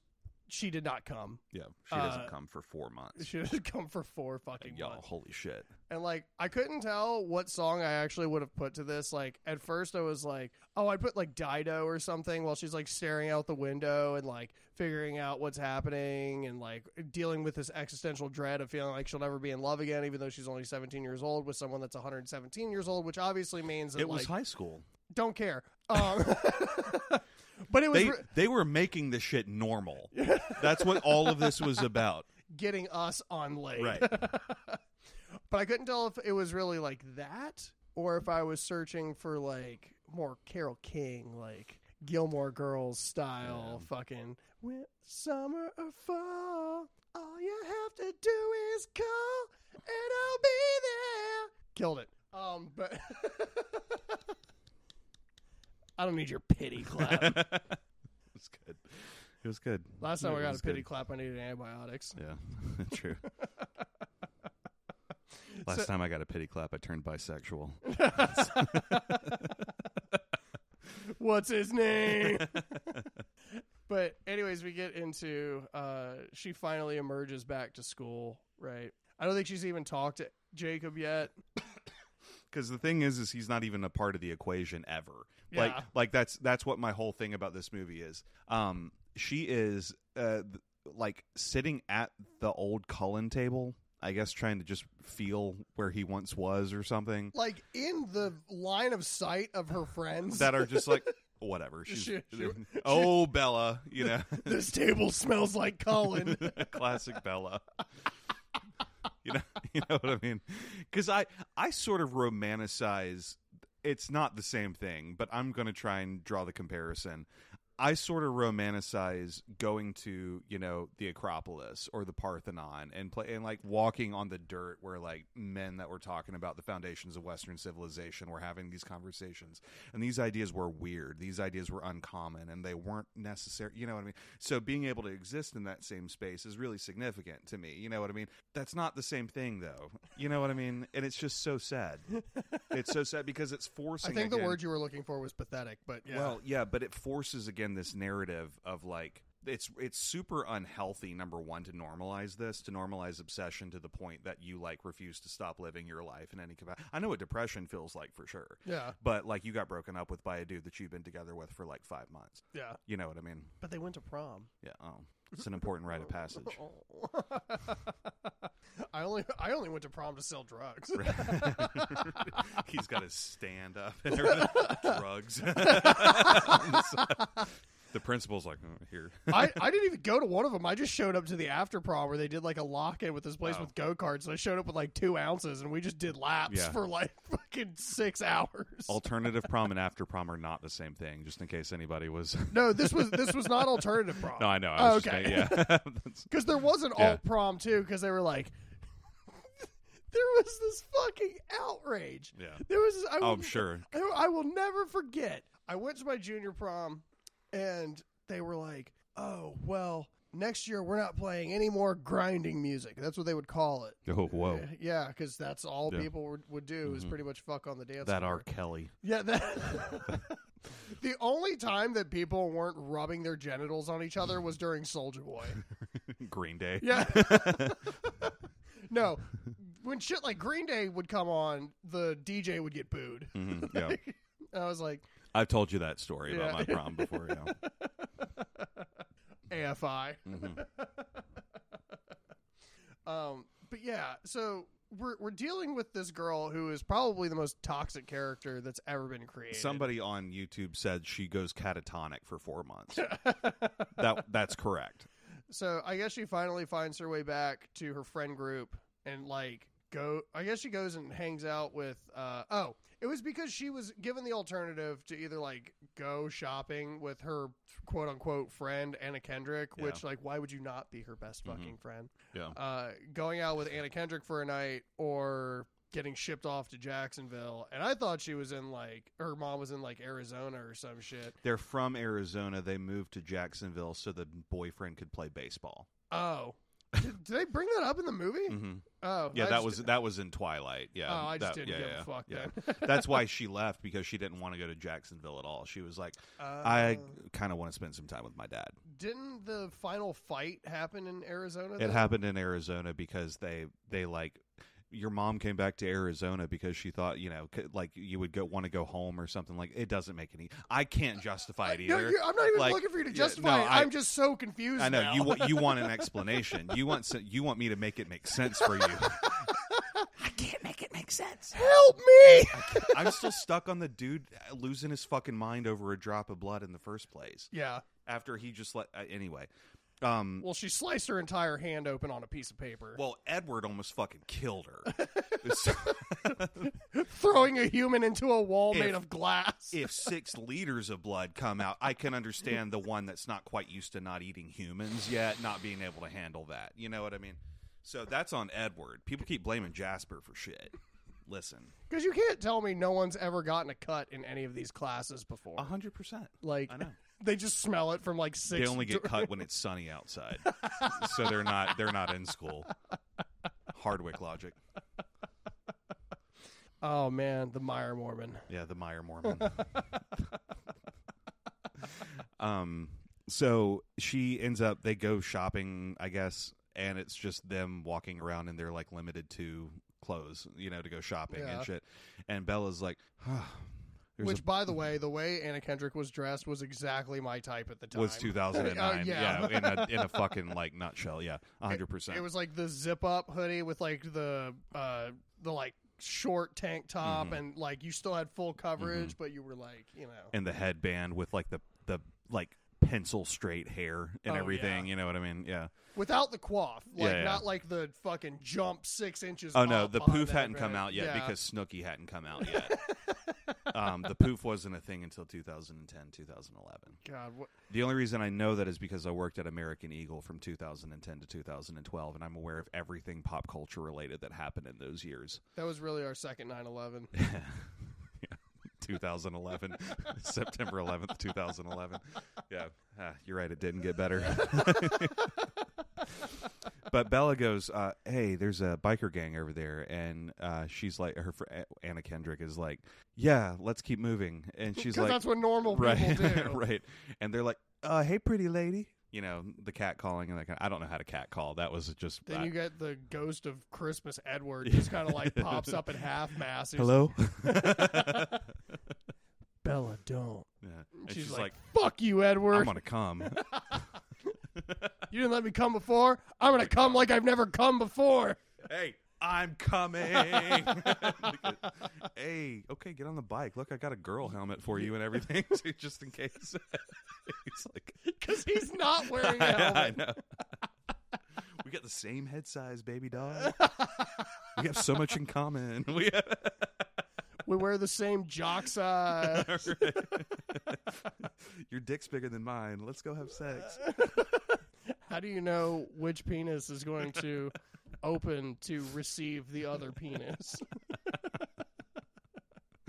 [SPEAKER 1] she did not come.
[SPEAKER 2] yeah, she doesn't
[SPEAKER 1] Uh,
[SPEAKER 2] come for four months.
[SPEAKER 1] She didn't come for four fucking
[SPEAKER 2] Y'all,
[SPEAKER 1] months.
[SPEAKER 2] holy shit!
[SPEAKER 1] And like, I couldn't tell what song I actually would have put to this. Like, at first, I was like, oh, I put like Dido or something while she's like staring out the window and like figuring out what's happening and like dealing with this existential dread of feeling like she'll never be in love again, even though she's only 17 years old with someone that's 117 years old, which obviously means that
[SPEAKER 2] It was
[SPEAKER 1] like,
[SPEAKER 2] high school.
[SPEAKER 1] don't care. Um, but it was
[SPEAKER 2] They
[SPEAKER 1] re-
[SPEAKER 2] they were making the shit normal. That's what all of this was about.
[SPEAKER 1] getting us on late.
[SPEAKER 2] Right.
[SPEAKER 1] but I couldn't tell if it was really like that or if I was searching for like more Carol King, like Gilmore Girls style fucking with summer or fall. All you have to do is call and I'll be there. Killed it. Um, but I don't need your pity clap.
[SPEAKER 2] it was good. It was good.
[SPEAKER 1] Last time
[SPEAKER 2] It
[SPEAKER 1] I got a
[SPEAKER 2] was
[SPEAKER 1] pity
[SPEAKER 2] good.
[SPEAKER 1] clap, I needed antibiotics.
[SPEAKER 2] Yeah, true. Last
[SPEAKER 1] So-
[SPEAKER 2] time I got a pity clap, I turned bisexual.
[SPEAKER 1] What's his name? but anyways, we get into uh she finally emerges back to school, right? I don't think she's even talked to Jacob yet.
[SPEAKER 2] Because the thing is, is he's not even a part of the equation ever. Like,
[SPEAKER 1] Yeah.
[SPEAKER 2] like that's that's what my whole thing about this movie is. Um, she is uh, th- like sitting at the old Cullen table. I guess trying to just feel where he once was or something.
[SPEAKER 1] Like in the line of sight of her friends.
[SPEAKER 2] that are just like whatever. She's
[SPEAKER 1] She- she-
[SPEAKER 2] oh Bella, you know,
[SPEAKER 1] this table smells like Colin.
[SPEAKER 2] classic Bella. you know, you know what I mean? Because I I sort of romanticize. It's not the same thing, but I'm going to try and draw the comparison. I sort of romanticize going to you know the Acropolis or the Parthenon and play and like walking on the dirt where like men that were talking about the foundations of Western civilization were having these conversations and these ideas were weird these ideas were uncommon and they weren't necessary you know what I mean so being able to exist in that same space is really significant to me you know what I mean that's not the same thing though you know what I mean and it's just so sad it's so sad because it's
[SPEAKER 1] I
[SPEAKER 2] forcing
[SPEAKER 1] think the
[SPEAKER 2] again-
[SPEAKER 1] word you were looking for was pathetic, but yeah.
[SPEAKER 2] well, yeah, but it forces again this narrative of like it's it's super unhealthy number 1 to normalize this, to normalize obsession to the point that you like refuse to stop living your life in any capacity. I know what depression feels like for sure.
[SPEAKER 1] yeah,
[SPEAKER 2] But like you got broken up with by a dude that you've been together with for like 5 months.
[SPEAKER 1] yeah.
[SPEAKER 2] You know what I mean?
[SPEAKER 1] But they went to prom.
[SPEAKER 2] Yeah. Oh. It's an important rite of passage.
[SPEAKER 1] I only I only went to prom to sell drugs.
[SPEAKER 2] He's got his stand up and everything. drugs. the principal's like, "Mm, here.
[SPEAKER 1] I, I didn't even go to one of them. I just showed up to the after prom where they did like a lock in with this place
[SPEAKER 2] Oh.
[SPEAKER 1] with go karts. And I showed up with like two ounces and we just did laps
[SPEAKER 2] Yeah.
[SPEAKER 1] for like fucking six hours.
[SPEAKER 2] alternative prom and after prom are not the same thing just in case anybody was
[SPEAKER 1] no, this was this was not alternative prom.
[SPEAKER 2] no i know
[SPEAKER 1] Oh,
[SPEAKER 2] I was
[SPEAKER 1] okay.
[SPEAKER 2] just making- yeah That's-
[SPEAKER 1] Because there was an
[SPEAKER 2] Yeah.
[SPEAKER 1] alt prom too, because they were like, there was this fucking outrage.
[SPEAKER 2] yeah
[SPEAKER 1] There was. I
[SPEAKER 2] oh,
[SPEAKER 1] will-
[SPEAKER 2] i'm sure
[SPEAKER 1] I, I will never forget. I went to my junior prom, and they were like, "Oh, well, next year we're not playing any more grinding music." That's what they would call it.
[SPEAKER 2] oh whoa
[SPEAKER 1] Yeah, because that's all
[SPEAKER 2] Yeah.
[SPEAKER 1] people would, would do is
[SPEAKER 2] Mhm.
[SPEAKER 1] pretty much fuck on the dance.
[SPEAKER 2] that
[SPEAKER 1] floor.
[SPEAKER 2] r kelly
[SPEAKER 1] Yeah, that. the only time that people weren't rubbing their genitals on each other was during Soldier Boy.
[SPEAKER 2] green day
[SPEAKER 1] Yeah. no, when shit like Green Day would come on, the DJ would get booed.
[SPEAKER 2] Mhm, yeah
[SPEAKER 1] I was like,
[SPEAKER 2] i've told you that story
[SPEAKER 1] Yeah.
[SPEAKER 2] about my prom before yeah
[SPEAKER 1] AFI.
[SPEAKER 2] Mhm.
[SPEAKER 1] Um, but yeah, so we're we're dealing with this girl who is probably the most toxic character that's ever been created.
[SPEAKER 2] somebody on youtube said she goes catatonic for four months that that's correct
[SPEAKER 1] So I guess she finally finds her way back to her friend group and like go. I guess she goes and hangs out with. Uh, oh, it was because she was given the alternative to either like go shopping with her quote unquote friend Anna Kendrick,
[SPEAKER 2] Yeah. Mm-hmm.
[SPEAKER 1] which like why would you not be her best fucking friend?
[SPEAKER 2] Yeah.
[SPEAKER 1] Uh, going out with Anna Kendrick for a night or getting shipped off to Jacksonville, and I thought she was in like her mom was in like Arizona or some shit.
[SPEAKER 2] they're from arizona they moved to jacksonville so the boyfriend could play baseball
[SPEAKER 1] Oh. Did, did they bring that up in the movie?
[SPEAKER 2] Mhm.
[SPEAKER 1] Oh,
[SPEAKER 2] yeah
[SPEAKER 1] I
[SPEAKER 2] that
[SPEAKER 1] just-
[SPEAKER 2] was that was in twilight yeah
[SPEAKER 1] oh, I just
[SPEAKER 2] that-
[SPEAKER 1] didn't
[SPEAKER 2] yeah,
[SPEAKER 1] give
[SPEAKER 2] yeah,
[SPEAKER 1] a fuck
[SPEAKER 2] yeah.
[SPEAKER 1] then.
[SPEAKER 2] That's why she left because she didn't want to go to Jacksonville at all. She was like,
[SPEAKER 1] Uh,
[SPEAKER 2] I kind of want to spend some time with my dad.
[SPEAKER 1] didn't the final fight happen in Arizona.
[SPEAKER 2] It
[SPEAKER 1] then?
[SPEAKER 2] happened in Arizona because they they like your mom came back to Arizona because she thought you know c- like you would go want to go home or something like it doesn't make any. I can't justify it
[SPEAKER 1] No,
[SPEAKER 2] either.
[SPEAKER 1] you're- I'm not even
[SPEAKER 2] Like,
[SPEAKER 1] looking for you to
[SPEAKER 2] yeah,
[SPEAKER 1] justify.
[SPEAKER 2] no,
[SPEAKER 1] it.
[SPEAKER 2] I-
[SPEAKER 1] I'm just so confused.
[SPEAKER 2] I know
[SPEAKER 1] now.
[SPEAKER 2] you want you want an explanation. You want so- you want me to make it make sense for you. I can't make it make sense.
[SPEAKER 1] Help me.
[SPEAKER 2] I'm still stuck on the dude uh, losing his fucking mind over a drop of blood in the first place.
[SPEAKER 1] yeah.
[SPEAKER 2] After he just let uh, anyway. Um,
[SPEAKER 1] Well, she sliced her entire hand open on a piece of paper,
[SPEAKER 2] Well, Edward almost fucking killed her. It's-
[SPEAKER 1] throwing a human into a wall
[SPEAKER 2] If-
[SPEAKER 1] made of glass.
[SPEAKER 2] if six liters of blood come out, I can understand the one that's not quite used to not eating humans yet, not being able to handle that. You know what I mean? So that's on Edward. People keep blaming Jasper for shit. Listen,
[SPEAKER 1] Because you can't tell me no one's ever gotten a cut in any of these classes before.
[SPEAKER 2] a hundred percent.
[SPEAKER 1] like
[SPEAKER 2] Uh-huh. I know.
[SPEAKER 1] they just smell it from like six.
[SPEAKER 2] They only get cut when it's sunny outside, so they're not they're not in school. Hardwick logic.
[SPEAKER 1] oh man, the Meyer Mormon.
[SPEAKER 2] Yeah, the Meyer Mormon. um, so she ends up. They go shopping, I guess, and it's just them walking around, and they're like limited to clothes, you know, to go shopping
[SPEAKER 1] Yeah.
[SPEAKER 2] and shit. And Bella's like, "Huh, there's
[SPEAKER 1] Which,
[SPEAKER 2] a-
[SPEAKER 1] by the way, the way Anna Kendrick was dressed was exactly my type at the time.
[SPEAKER 2] was 2009,
[SPEAKER 1] Uh,
[SPEAKER 2] yeah,
[SPEAKER 1] yeah.
[SPEAKER 2] in a in a fucking like nutshell, yeah, 100. percent
[SPEAKER 1] It was like the zip up hoodie with like the uh the like short tank top
[SPEAKER 2] Mhm.
[SPEAKER 1] and like you still had full coverage, but you were like, you know,
[SPEAKER 2] Mm-hmm. and the headband with like the the like pencil straight hair and
[SPEAKER 1] Oh,
[SPEAKER 2] everything.
[SPEAKER 1] yeah.
[SPEAKER 2] You know what I mean? Yeah.
[SPEAKER 1] without the quaff, like
[SPEAKER 2] Yeah, yeah.
[SPEAKER 1] not like the fucking jump six inches.
[SPEAKER 2] Oh no,
[SPEAKER 1] up
[SPEAKER 2] the
[SPEAKER 1] on
[SPEAKER 2] poof
[SPEAKER 1] that
[SPEAKER 2] hadn't come
[SPEAKER 1] bed.
[SPEAKER 2] out yet
[SPEAKER 1] Yeah.
[SPEAKER 2] because Snooki hadn't come out yet. um, the poof wasn't a thing until 2010, 2011.
[SPEAKER 1] God, what,
[SPEAKER 2] The only reason I know that is because I worked at American Eagle from 2010 to 2012, and I'm aware of everything pop culture related that happened in those years.
[SPEAKER 1] that was really our second 9/11.
[SPEAKER 2] Yeah. 2011, September 11th, 2011. Yeah, Ah, you're right. It didn't get better. but Bella goes, uh, "Hey, there's a biker gang over there," and uh, she's like, her fr- Anna Kendrick is like, "Yeah, let's keep moving," and she's
[SPEAKER 1] Because
[SPEAKER 2] like,
[SPEAKER 1] that's what normal
[SPEAKER 2] "Right,
[SPEAKER 1] people do.
[SPEAKER 2] right," and they're like, "Uh, hey, pretty lady." You know the cat calling and that kind. I don't know how to cat call. That was just uh,
[SPEAKER 1] Then
[SPEAKER 2] I-
[SPEAKER 1] you get the ghost of Christmas Edward just kind of like pops up at half mass. He's
[SPEAKER 2] hello.
[SPEAKER 1] like, Bella, don't.
[SPEAKER 2] Yeah. And
[SPEAKER 1] She's,
[SPEAKER 2] she's,
[SPEAKER 1] like,
[SPEAKER 2] like,
[SPEAKER 1] "Fuck you, Edward.
[SPEAKER 2] "I'm gonna come."
[SPEAKER 1] you didn't let me come before. I'm gonna come like I've never come before."
[SPEAKER 2] hey, I'm coming. hey, okay, get on the bike. Look, I got a girl helmet for you and everything, so just in case. He's like,
[SPEAKER 1] Because he's not wearing a
[SPEAKER 2] I
[SPEAKER 1] helmet.
[SPEAKER 2] know. we got the same head size, baby dog. we have so much in common. We have,
[SPEAKER 1] we wear the same jock size.
[SPEAKER 2] your dick's bigger than mine. Let's go have sex.
[SPEAKER 1] How do you know which penis is going to open to receive the other penis?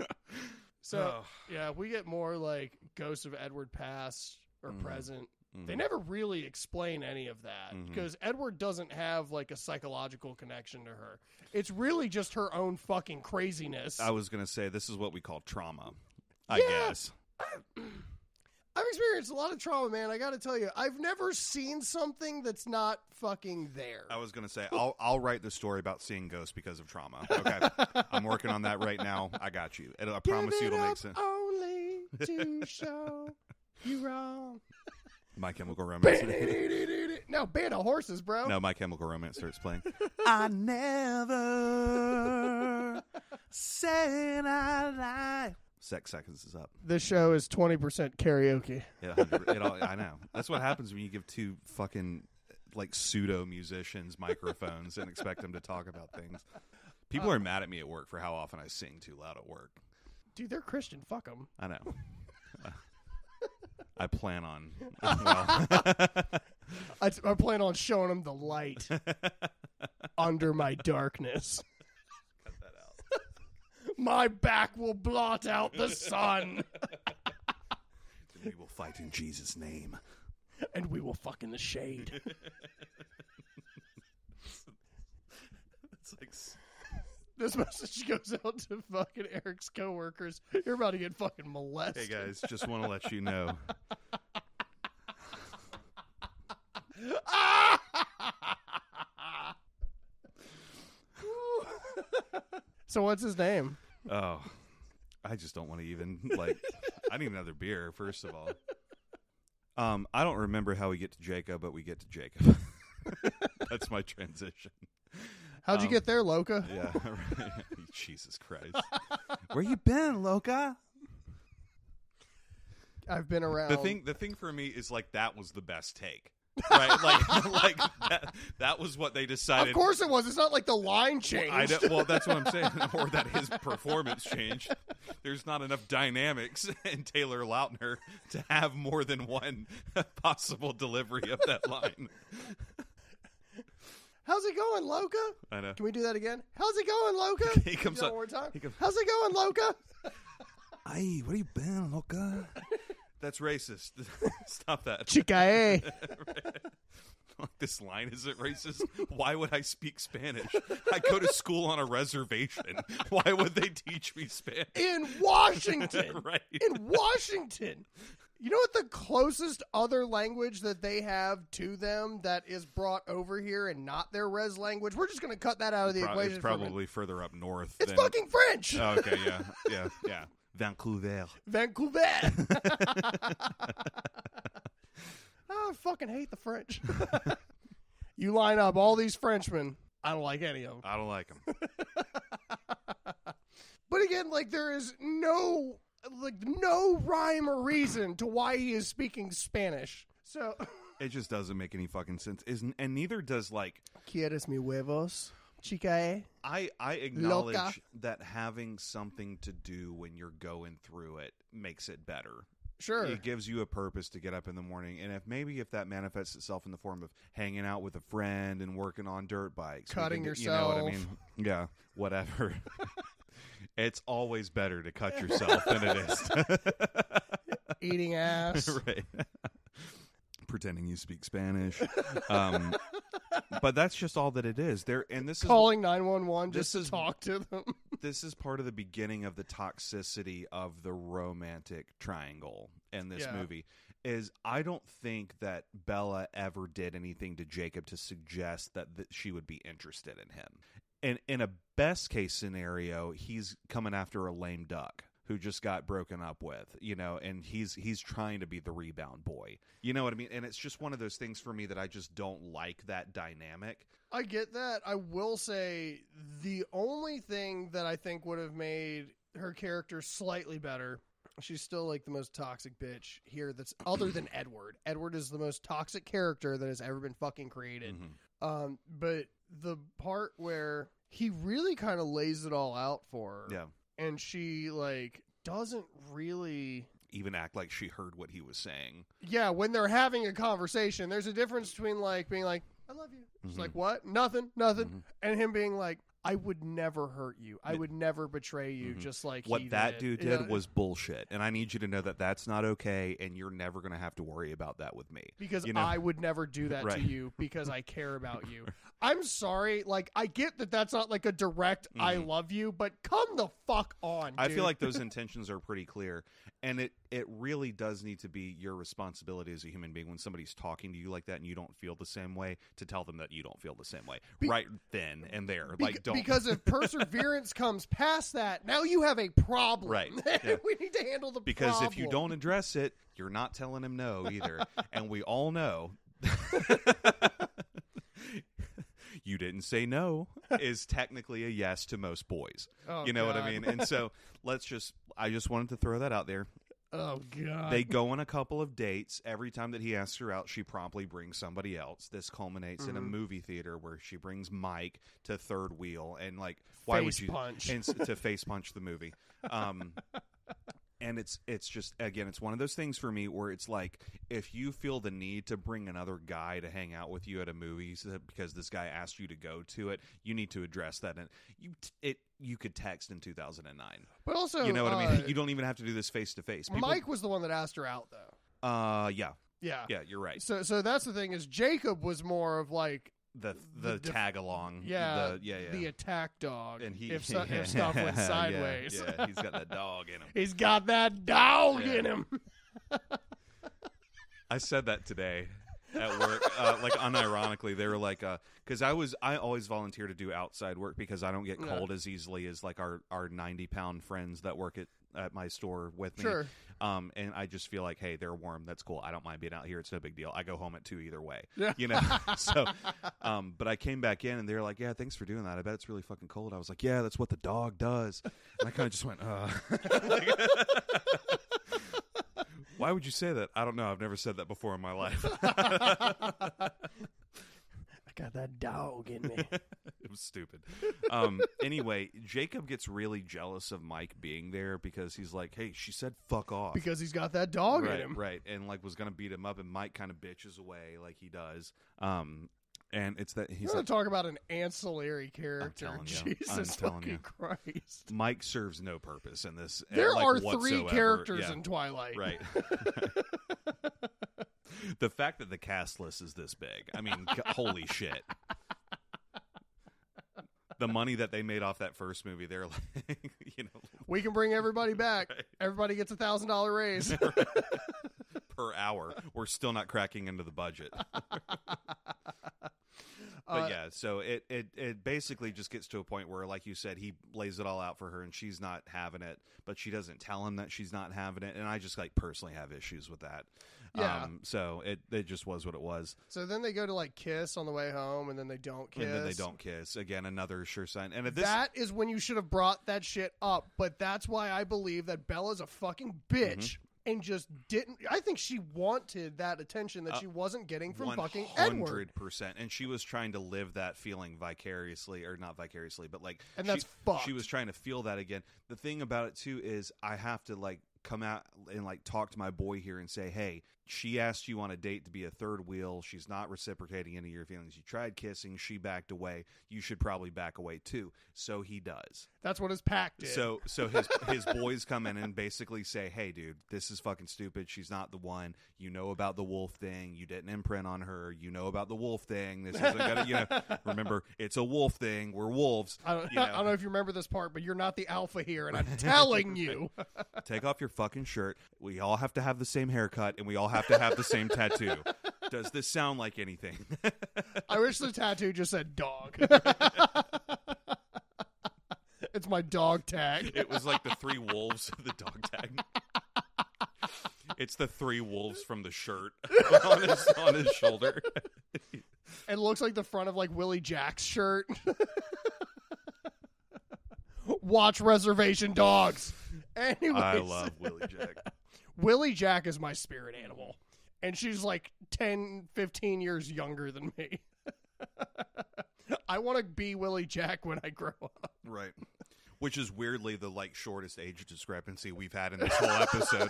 [SPEAKER 2] Oh.
[SPEAKER 1] so yeah, we get more like ghosts of Edward past or
[SPEAKER 2] Mhm.
[SPEAKER 1] present.
[SPEAKER 2] Mm.
[SPEAKER 1] They never really explain any of that
[SPEAKER 2] Mhm.
[SPEAKER 1] because Edward doesn't have like a psychological connection to her. It's really just her own fucking craziness.
[SPEAKER 2] I was gonna say this is what we call trauma. I
[SPEAKER 1] Yeah.
[SPEAKER 2] guess.
[SPEAKER 1] I've experienced a lot of trauma, man. I got to tell you, I've never seen something that's not fucking there.
[SPEAKER 2] I was gonna say I'll I'll write the story about seeing ghosts because of trauma. Okay, I'm working on that right now. I got you. It'll, I promise you it'll make sense.
[SPEAKER 1] Only to show you wrong.
[SPEAKER 2] My Chemical Romance.
[SPEAKER 1] no, band of horses, bro.
[SPEAKER 2] no, My Chemical Romance starts playing. I never said I lie. Sex seconds is up.
[SPEAKER 1] This show is twenty percent karaoke.
[SPEAKER 2] It, 100 it all, I know. That's what happens when you give two fucking like pseudo musicians microphones and expect them to talk about things. People are mad at me at work for how often I sing too loud at work.
[SPEAKER 1] Dude, they're Christian. Fuck them.
[SPEAKER 2] I know. Uh, I plan on. Well,
[SPEAKER 1] I, I plan on showing them the light under my darkness. My back will blot out the sun,
[SPEAKER 2] we will fight in Jesus' name.
[SPEAKER 1] and we will fuck in the shade.
[SPEAKER 2] It's like s-
[SPEAKER 1] This message goes out to fucking Eric's coworkers. You're about to get fucking molested.
[SPEAKER 2] hey guys, just want to let you know.
[SPEAKER 1] so what's his name?
[SPEAKER 2] Oh, I just don't want to even like. I need another beer. First of all, um, I don't remember how we get to Jacob, but we get to Jacob. That's my transition.
[SPEAKER 1] How'd you
[SPEAKER 2] Um,
[SPEAKER 1] get there, Loca?
[SPEAKER 2] Yeah. right. Jesus Christ. Where you been, Loca?
[SPEAKER 1] I've been around.
[SPEAKER 2] The thing, the thing for me is like that was the best take, right? like, like that, that was what they decided.
[SPEAKER 1] of course it was. It's not like the line changed.
[SPEAKER 2] I don't, well, that's what I'm saying, or that his performance changed. There's not enough dynamics in Taylor Lautner to have more than one possible delivery of that line.
[SPEAKER 1] How's it going, Loca?
[SPEAKER 2] I know.
[SPEAKER 1] Can we do that again? How's it going, Loca?
[SPEAKER 2] He comes
[SPEAKER 1] Do that
[SPEAKER 2] up-
[SPEAKER 1] one more time.
[SPEAKER 2] he comes-
[SPEAKER 1] How's it going, Loca?
[SPEAKER 2] Hey, what are you been, Loca? That's racist. Stop that.
[SPEAKER 1] Chica.
[SPEAKER 2] Like, this line isn't racist. Why would I speak Spanish? I go to school on a reservation. Why would they teach me Spanish?
[SPEAKER 1] in Washington.
[SPEAKER 2] Right.
[SPEAKER 1] In Washington. You know what the closest other language that they have to them that is brought over here and not their res language? We're just going to cut that out of the
[SPEAKER 2] Pro-
[SPEAKER 1] equation.
[SPEAKER 2] it's
[SPEAKER 1] for a minute.
[SPEAKER 2] probably further up north.
[SPEAKER 1] It's
[SPEAKER 2] than,
[SPEAKER 1] fucking French.
[SPEAKER 2] Oh, okay, yeah, yeah, yeah. Vancouver.
[SPEAKER 1] Vancouver. I fucking hate the French. you line up all these Frenchmen. I don't like any of them.
[SPEAKER 2] I don't like them.
[SPEAKER 1] But again, like there is no like no rhyme or reason to why he is speaking Spanish. So
[SPEAKER 2] It just doesn't make any fucking sense. Isn't and neither does like
[SPEAKER 1] quieres mi huevos, chica. eh?
[SPEAKER 2] I I acknowledge
[SPEAKER 1] Loca.
[SPEAKER 2] that having something to do when you're going through it makes it better.
[SPEAKER 1] Sure.
[SPEAKER 2] It gives you a purpose to get up in the morning, and if maybe if that manifests itself in the form of hanging out with a friend and working on dirt bikes, we can
[SPEAKER 1] Cutting
[SPEAKER 2] get- you know what I
[SPEAKER 1] yourself.
[SPEAKER 2] mean? Yeah, whatever. it's always better to cut yourself than it is.
[SPEAKER 1] Eating ass.
[SPEAKER 2] right. Pretending you speak Spanish, um, but that's just all that it is. There, and this is
[SPEAKER 1] Calling nine one one just
[SPEAKER 2] this
[SPEAKER 1] to
[SPEAKER 2] is-
[SPEAKER 1] talk to them.
[SPEAKER 2] this is part of the beginning of the toxicity of the romantic triangle in this
[SPEAKER 1] Yeah.
[SPEAKER 2] movie is i don't think that bella ever did anything to jacob to suggest that th- she would be interested in him and in a best case scenario he's coming after a lame duck who just got broken up with you know and he's he's trying to be the rebound boy you know what i mean and it's just one of those things for me that i just don't like that dynamic
[SPEAKER 1] I get that. I will say the only thing that I think would have made her character slightly better. She's still like the most toxic bitch here that's other than Edward. Edward is the most toxic character that has ever been fucking created.
[SPEAKER 2] Mhm.
[SPEAKER 1] Um, but the part where he really kind of lays it all out for her,
[SPEAKER 2] yeah
[SPEAKER 1] and she like doesn't really.
[SPEAKER 2] even act like she heard what he was saying
[SPEAKER 1] Yeah, when they're having a conversation, there's a difference between like being like, "I love you," she's
[SPEAKER 2] Mhm.
[SPEAKER 1] like, "What? Nothing, nothing,"
[SPEAKER 2] Mhm.
[SPEAKER 1] and him being like, "I would never hurt you. I
[SPEAKER 2] Yeah.
[SPEAKER 1] would never betray you."
[SPEAKER 2] Mhm.
[SPEAKER 1] Just like he
[SPEAKER 2] what that
[SPEAKER 1] did.
[SPEAKER 2] dude
[SPEAKER 1] You
[SPEAKER 2] did
[SPEAKER 1] know?
[SPEAKER 2] was bullshit and i need you to know that that's not okay and you're never going to have to worry about that with me
[SPEAKER 1] because
[SPEAKER 2] you know?
[SPEAKER 1] I would never do that to
[SPEAKER 2] Right.
[SPEAKER 1] you because I care about you. I'm sorry, like I get that that's not like a direct "I
[SPEAKER 2] Mhm.
[SPEAKER 1] love you," but come the fuck on.
[SPEAKER 2] i
[SPEAKER 1] dude.
[SPEAKER 2] feel like those intentions are pretty clear and it it really does need to be your responsibility as a human being when somebody's talking to you like that and you don't feel the same way to tell them that you don't feel the same way
[SPEAKER 1] Be-
[SPEAKER 2] right then and there
[SPEAKER 1] Bec-
[SPEAKER 2] like don't
[SPEAKER 1] because if perseverance comes past that, now you have a problem.
[SPEAKER 2] Right, yeah.
[SPEAKER 1] we need to handle the
[SPEAKER 2] because
[SPEAKER 1] problem.
[SPEAKER 2] if you don't address it you're not telling him no either and we all know you didn't say no is technically a yes to most boys
[SPEAKER 1] Oh,
[SPEAKER 2] you know what
[SPEAKER 1] God.
[SPEAKER 2] I mean? And so let's just, I just wanted to throw that out there.
[SPEAKER 1] Oh god.
[SPEAKER 2] They go on a couple of dates. Every time that he asks her out, she promptly brings somebody else. This culminates in a
[SPEAKER 1] Mhm.
[SPEAKER 2] movie theater where she brings Mike to third wheel and, like, why would
[SPEAKER 1] Face
[SPEAKER 2] you?
[SPEAKER 1] punch?
[SPEAKER 2] and s- to face punch the movie. Um, and it's it's just again, it's one of those things for me where it's like if you feel the need to bring another guy to hang out with you at a movie so that- because this guy asked you to go to it, you need to address that. And you t- it you could text in two thousand and nine.
[SPEAKER 1] but also,
[SPEAKER 2] you know what I mean?
[SPEAKER 1] uh,
[SPEAKER 2] You don't even have to do this face to face. People-
[SPEAKER 1] Mike was the one that asked her out, though.
[SPEAKER 2] Uh, yeah,
[SPEAKER 1] Yeah.
[SPEAKER 2] yeah, you're right.
[SPEAKER 1] So, so that's the thing is Jacob was more of like,
[SPEAKER 2] The
[SPEAKER 1] The
[SPEAKER 2] the,
[SPEAKER 1] def-
[SPEAKER 2] tag along.
[SPEAKER 1] yeah,
[SPEAKER 2] Mm-hmm. the, yeah, yeah.
[SPEAKER 1] the attack dog.
[SPEAKER 2] and he
[SPEAKER 1] if, so, if stuff went
[SPEAKER 2] Yeah,
[SPEAKER 1] sideways,
[SPEAKER 2] yeah, he's got that dog in him.
[SPEAKER 1] he's got that dog
[SPEAKER 2] Yeah.
[SPEAKER 1] in him.
[SPEAKER 2] I said that today at work, uh, like unironically. They were like, because I was, I always volunteer to do outside work because I don't get
[SPEAKER 1] Yeah.
[SPEAKER 2] cold as easily as like our our ninety pound friends that work at at my store with me.
[SPEAKER 1] Sure.
[SPEAKER 2] Um, and I just feel like, hey, they're warm. That's cool. I don't mind being out here. It's no big deal. I go home at two either way.
[SPEAKER 1] Yeah.
[SPEAKER 2] You know. so, um, but I came back in and they're like, yeah, thanks for doing that. I bet it's really fucking cold. I was like, yeah, that's what the dog does. And I kind of just went, uh. Why would you say that? I don't know. I've never said that before in my life.
[SPEAKER 1] I got that dog in me.
[SPEAKER 2] it was stupid. Um, anyway, Jacob gets really jealous of Mike being there because he's like, "Hey, she said fuck off."
[SPEAKER 1] because he's got that dog
[SPEAKER 2] right,
[SPEAKER 1] in him.
[SPEAKER 2] right, and like was gonna beat him up, and Mike kind of bitches away like he does. Um, and it's that
[SPEAKER 1] You
[SPEAKER 2] he's
[SPEAKER 1] want
[SPEAKER 2] like,
[SPEAKER 1] to talk about an ancillary character?
[SPEAKER 2] telling you. I'm
[SPEAKER 1] Jesus
[SPEAKER 2] telling
[SPEAKER 1] fucking
[SPEAKER 2] you.
[SPEAKER 1] Christ!
[SPEAKER 2] Mike serves no purpose in this. uh,
[SPEAKER 1] There
[SPEAKER 2] like,
[SPEAKER 1] are three
[SPEAKER 2] whatsoever."
[SPEAKER 1] characters
[SPEAKER 2] Yeah,
[SPEAKER 1] in Twilight.
[SPEAKER 2] right. the fact that the cast list is this big, I mean, g- holy shit. The money that they made off that first movie, they're like, you know,
[SPEAKER 1] We can bring everybody back.
[SPEAKER 2] Right.
[SPEAKER 1] Everybody gets a thousand dollar raise.
[SPEAKER 2] per hour. We're still not cracking into the budget. But
[SPEAKER 1] Uh,
[SPEAKER 2] yeah, so it, it it basically just gets to a point where, like you said, he lays it all out for her, and she's not having it, but she doesn't tell him that she's not having it, and I just like personally have issues with that.
[SPEAKER 1] Yeah.
[SPEAKER 2] Um, so it it just was what it was,
[SPEAKER 1] So then they go to like kiss on the way home, and then they don't kiss.
[SPEAKER 2] and then they don't kiss again. Another sure sign. And if this
[SPEAKER 1] that is when you should have brought that shit up. But that's why I believe that Bella's a fucking bitch
[SPEAKER 2] Mm-hmm.
[SPEAKER 1] and just didn't. I think she wanted that attention that
[SPEAKER 2] Uh,
[SPEAKER 1] she wasn't getting from
[SPEAKER 2] One
[SPEAKER 1] fucking Edward,
[SPEAKER 2] hundred percent, and she was trying to live that feeling vicariously, or not vicariously, but like,
[SPEAKER 1] and
[SPEAKER 2] she-
[SPEAKER 1] that's fucked.
[SPEAKER 2] She was trying to feel that again. The thing about it too is I have to like come out and like talk to my boy here and say, "Hey, she asked you on a date to be a third wheel. She's not reciprocating any of your feelings. You tried kissing, she backed away. You should probably back away too." So he does.
[SPEAKER 1] That's what his pact is.
[SPEAKER 2] So so his his boys come in and basically say, "Hey, dude, this is fucking stupid. She's not the one. You know about the wolf thing. You didn't imprint on her. You know about the wolf thing. This isn't gonna. You know, remember, it's a wolf thing. We're wolves.
[SPEAKER 1] I don't,
[SPEAKER 2] you know.
[SPEAKER 1] I don't know if you remember this part, but you're not the alpha here, and I'm telling you.
[SPEAKER 2] Take off your fucking shirt. We all have to have the same haircut, and we all have to have the same tattoo. Does this sound like anything?
[SPEAKER 1] I wish the tattoo just said dog. it's my dog tag.
[SPEAKER 2] it was like the three wolves of the dog tag. It's the three wolves from the shirt on his on his shoulder.
[SPEAKER 1] It looks like the front of like Willie Jack's shirt. Watch reservation dogs. Anyways,
[SPEAKER 2] I love Willie Jack.
[SPEAKER 1] Willie Jack is my spirit animal. And she's like 10, 15 years younger than me. I want to be Willie Jack when I grow up.
[SPEAKER 2] Right. Which is weirdly the like shortest age discrepancy we've had in this whole episode.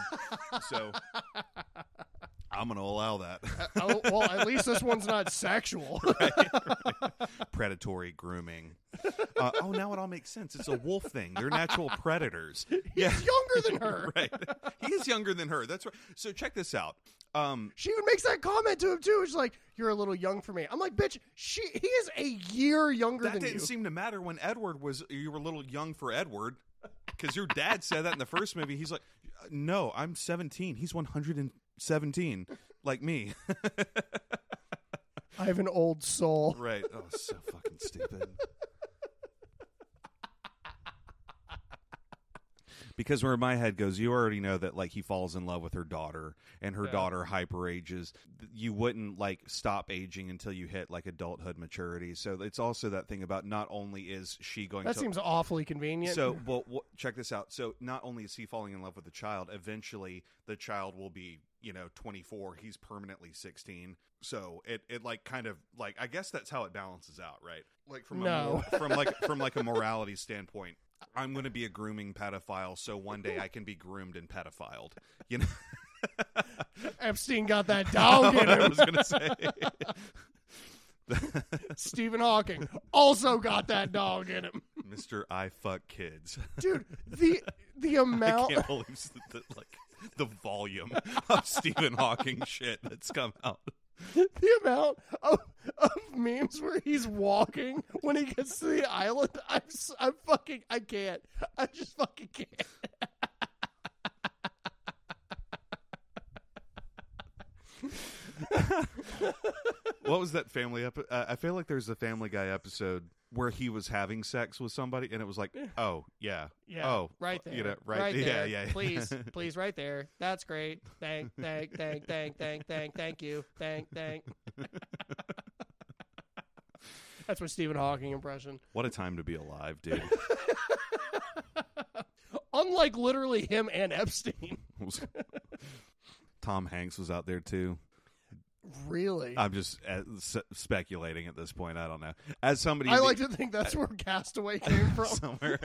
[SPEAKER 2] so I'm gonna allow that.
[SPEAKER 1] Oh, well, at least this one's not sexual.
[SPEAKER 2] Predatory grooming. Uh, oh, now it all makes sense. It's a wolf thing. They're natural predators. Yeah,
[SPEAKER 1] He's younger than her.
[SPEAKER 2] right. He is younger than her. That's right. So check this out. Um,
[SPEAKER 1] She even makes that comment to him too. She's like, "You're a little young for me." I'm like, "Bitch, she he is a year younger
[SPEAKER 2] that
[SPEAKER 1] than
[SPEAKER 2] didn't
[SPEAKER 1] you."
[SPEAKER 2] seem to matter when Edward was. You were a little young for Edward, because your dad said that in the first movie. He's like, "No, I'm 17. He's 117, like me."
[SPEAKER 1] I have an old soul.
[SPEAKER 2] Right. Oh, so fucking stupid. Because where my head goes, you already know that like he falls in love with her daughter, and her
[SPEAKER 1] Yeah.
[SPEAKER 2] daughter hyper ages. You wouldn't like stop aging until you hit like adulthood maturity. So it's also that thing about not only is she going
[SPEAKER 1] That
[SPEAKER 2] to
[SPEAKER 1] seems awfully convenient.
[SPEAKER 2] so, well, wha- check this out. So, not only is he falling in love with the child, eventually the child will be, you know, 24. He's permanently 16. So it, it like kind of like I guess that's how it balances out, right? Like from a
[SPEAKER 1] No.
[SPEAKER 2] mor- from like from like a morality standpoint, I'm going to be a grooming pedophile, so one day I can be groomed and pedophiled. You know,
[SPEAKER 1] Epstein got that dog in
[SPEAKER 2] what I
[SPEAKER 1] him.
[SPEAKER 2] was going to say.
[SPEAKER 1] Stephen Hawking also got that dog in him.
[SPEAKER 2] Mr. I fuck kids.
[SPEAKER 1] Dude, the the
[SPEAKER 2] I
[SPEAKER 1] amount
[SPEAKER 2] can't believe s- the, like the volume of Stephen Hawking shit that's come out.
[SPEAKER 1] the amount of, of memes where he's walking when he gets to the island. I'm s- I'm fucking I can't. I just fucking can't.
[SPEAKER 2] What was that family episode? Uh, I feel like there's a Family Guy episode where he was having sex with somebody, and it was like, oh yeah,
[SPEAKER 1] Yeah.
[SPEAKER 2] oh
[SPEAKER 1] right there.
[SPEAKER 2] you know, right,
[SPEAKER 1] right
[SPEAKER 2] yeah,
[SPEAKER 1] there.
[SPEAKER 2] yeah,
[SPEAKER 1] please, please, right there. That's great. Thank, thank, thank, thank, thank, thank, thank you. Thank, thank. That's my Stephen Hawking impression.
[SPEAKER 2] what a time to be alive, dude.
[SPEAKER 1] Unlike literally him and Epstein.
[SPEAKER 2] Tom Hanks was out there too.
[SPEAKER 1] Really?
[SPEAKER 2] I'm just uh, s- speculating at this point. I don't know. As somebody,
[SPEAKER 1] I like to think that's where Castaway came from.
[SPEAKER 2] somewhere